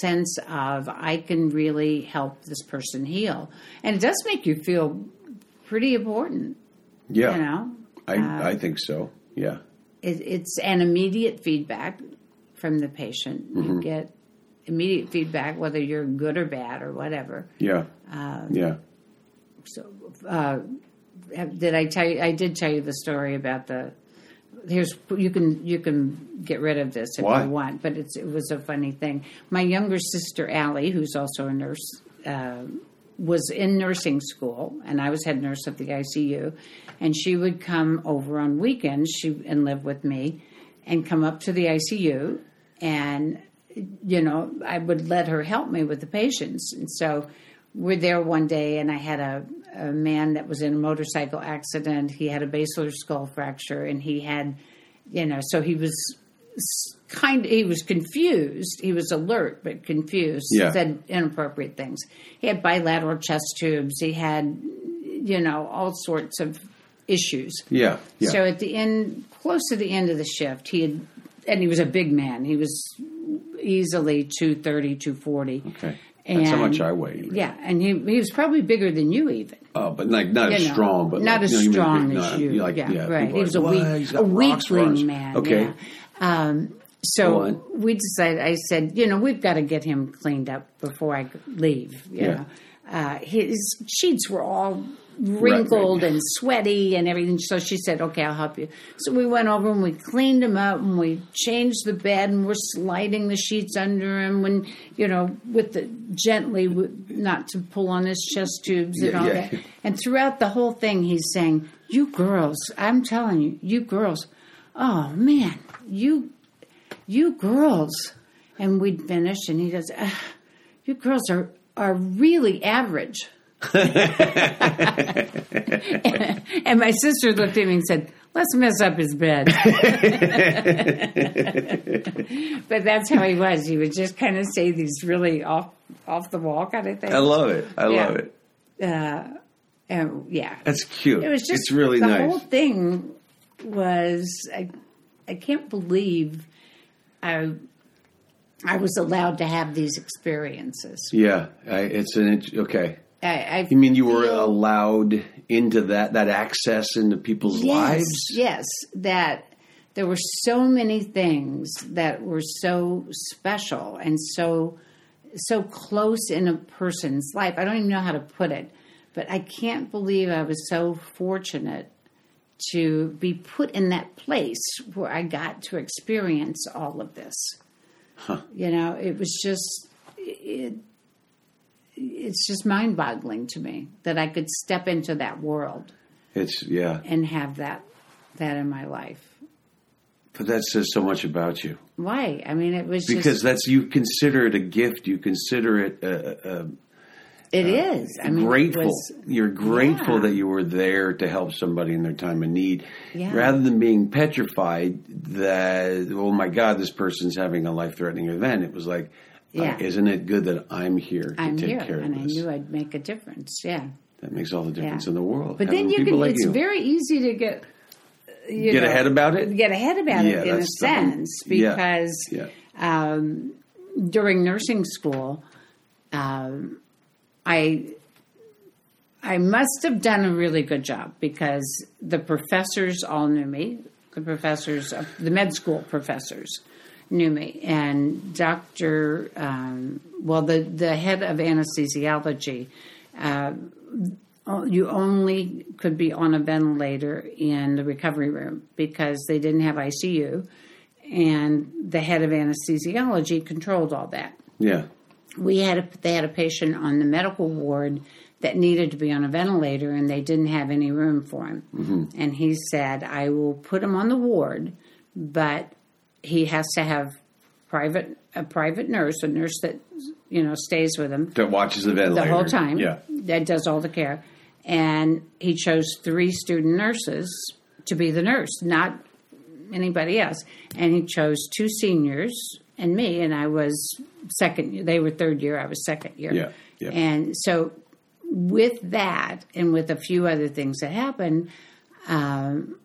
sense of, I can really help this person heal. And it does make you feel pretty important, Yeah. you know. uh, I, I think so. Yeah. it, it's an immediate feedback from the patient. You get immediate feedback whether you're good or bad or whatever. Yeah. um, yeah. So, uh, did I tell you? I did tell you the story about the. Here's you can you can get rid of this if Why? you want, but it's it was a funny thing. My younger sister Allie, who's also a nurse, uh, was in nursing school, and I was head nurse at the ICU, and she would come over on weekends. She and live with me, and come up to the ICU, and you know, I would let her help me with the patients. And so we're there one day, and I had a, a man that was in a motorcycle accident. He had a basilar skull fracture, and he had, you know, so he was s- kind he was confused. He was alert, but confused. Yeah. Said inappropriate things. He had bilateral chest tubes. He had, you know, all sorts of issues. Yeah. Yeah. So at the end, close to the end of the shift, he had, and he was a big man. He was easily 230, 240. okay. That's how much I weigh. really. Yeah, and he, he was probably bigger than you even. Uh, but like not as You know, strong, but not like, as you know, strong you mean, as not- you. like, yeah, people right. He are was a like, weak, "Why? He's a got rocks for us." weakling man. Okay. yeah. Um, so Go on. we decided. I said, you know, we've got to get him cleaned up before I leave. You Yeah. know, uh, his sheets were all wrinkled and sweaty and everything. So she said, okay, I'll help you. So we went over and we cleaned him up and we changed the bed and we're sliding the sheets under him and, you know, with the gently, with- not to pull on his chest tubes and Yeah, all yeah. that. And throughout the whole thing, he's saying, you girls, I'm telling you, you girls, oh man, you, you girls. And we'd finish and he goes, ah, you girls are, are [laughs] really average. And my sister looked at me and said, Let's mess up [laughs] his bed. but that's how he was. He would just kind of say these really off off the wall kind of things. I love it. I Yeah. love it. And, yeah. That's cute. It was just it's really the nice. whole thing was I I can't believe I I was allowed to have these experiences. yeah. I, it's an int- okay. I, I You mean you were feel- allowed into that that access into people's lives? Yes, that there were so many things that were so special and so so close in a person's life. I don't even know how to put it, but I can't believe I was so fortunate to be put in that place where I got to experience all of this. You know, it was just it it's just mind-boggling to me that I could step into that world It's yeah. and have that that in my life. But that says so much about you. Why? I mean, it was because just that's you consider it a gift. You consider it a, a, a, It is. I mean, uh, it grateful. was- You're grateful Yeah. that you were there to help somebody in their time of need, Yeah. rather than being petrified that oh my God, this person's having a life threatening event. It was like, uh, Yeah. isn't it good that I'm here to I'm take here, care of and I this? knew I'd make a difference. Yeah. That makes all the difference Yeah. in the world. But then Having you people can. like it's you very easy to get you get know, ahead about it. get ahead about Yeah, it in a that's the whole- sense yeah, because yeah. Um, during nursing school, um, I I must have done a really good job because the professors all knew me. The professors, of- the med school professors, knew me, and Doctor, um, well, the the head of anesthesiology. Uh, o- you only could be on a ventilator in the recovery room because they didn't have ICU, and the head of anesthesiology controlled all that Yeah. we had a, they had a patient on the medical ward that needed to be on a ventilator and they didn't have any room for him and he said i will put him on the ward but he has to have private a private nurse a nurse that you know stays with him That watches the ventilator. the whole time. Yeah. That does all the care. And he chose three student nurses to be the nurse, not anybody else. And he chose two seniors and me, and I was second year. They were third year, I was second year. Yeah, yeah. And so with that and with a few other things that happened, um,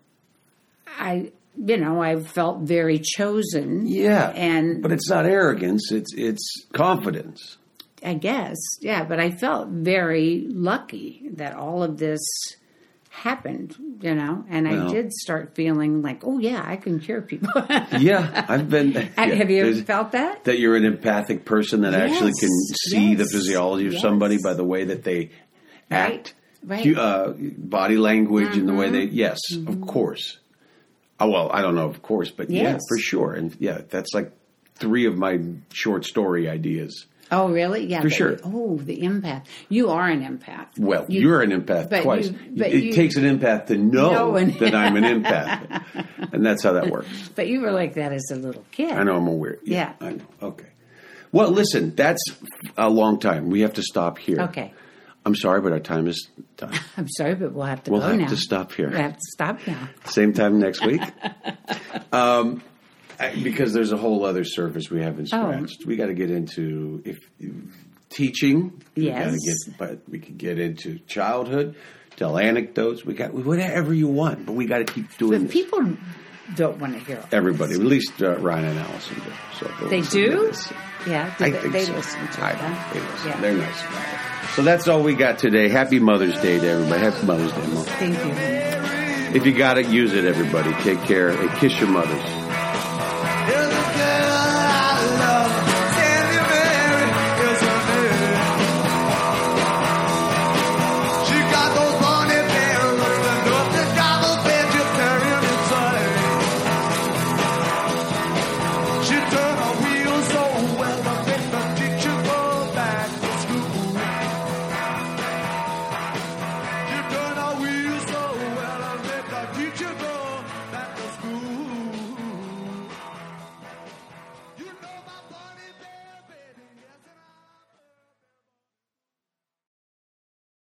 I you know, I felt very chosen. Yeah. And but it's not arrogance, it's it's confidence. I guess, yeah, but I felt very lucky that all of this happened, you know, and I Well- did start feeling like, oh yeah, I can cure people. [laughs] Yeah, I've been yeah, Have you ever there's- felt that? that you're an empathic person that actually can Yes, see the yes, physiology of yes. somebody by the way that they act, right. Mm-hmm. hu- Uh, body language, and the way they. Yes, of course. Oh, well, I don't know, of course, but yeah, Yes. for sure, and yeah, that's like three of my short story ideas. Oh really? Yeah, for sure. Oh, the empath. You are an empath. Well, You- you, are an empath but twice. you- but it you- takes an empath to know No one- [laughs] that I'm [laughs] an empath, and that's how that works. but you were like that as a little kid. I know I'm aware. Yeah. I know. Okay. Well, listen, that's a long time. We have to stop here. Okay, I'm sorry, but our time is done. I'm sorry, but we'll have to We'll go have now. to stop here. We have to stop now. Same time next [laughs] week. um, I- because there's a whole other surface we haven't Oh. scratched. We got to get into if teaching. we gotta Yes. get- but we could get into childhood, tell anecdotes. We got whatever you want, but we got to keep doing But this. people don't want to hear. all Everybody, at least uh, Ryan and Allison do. So they'll They listen to do? this. Yeah, I they, think they so. listen to I it. think huh? they listen. Yeah. They're nice about it. So that's all we got today. Happy Mother's Day to everybody. Happy Mother's Day, Mom. Thank you. If you got it, use it, everybody. Take care and kiss your mothers.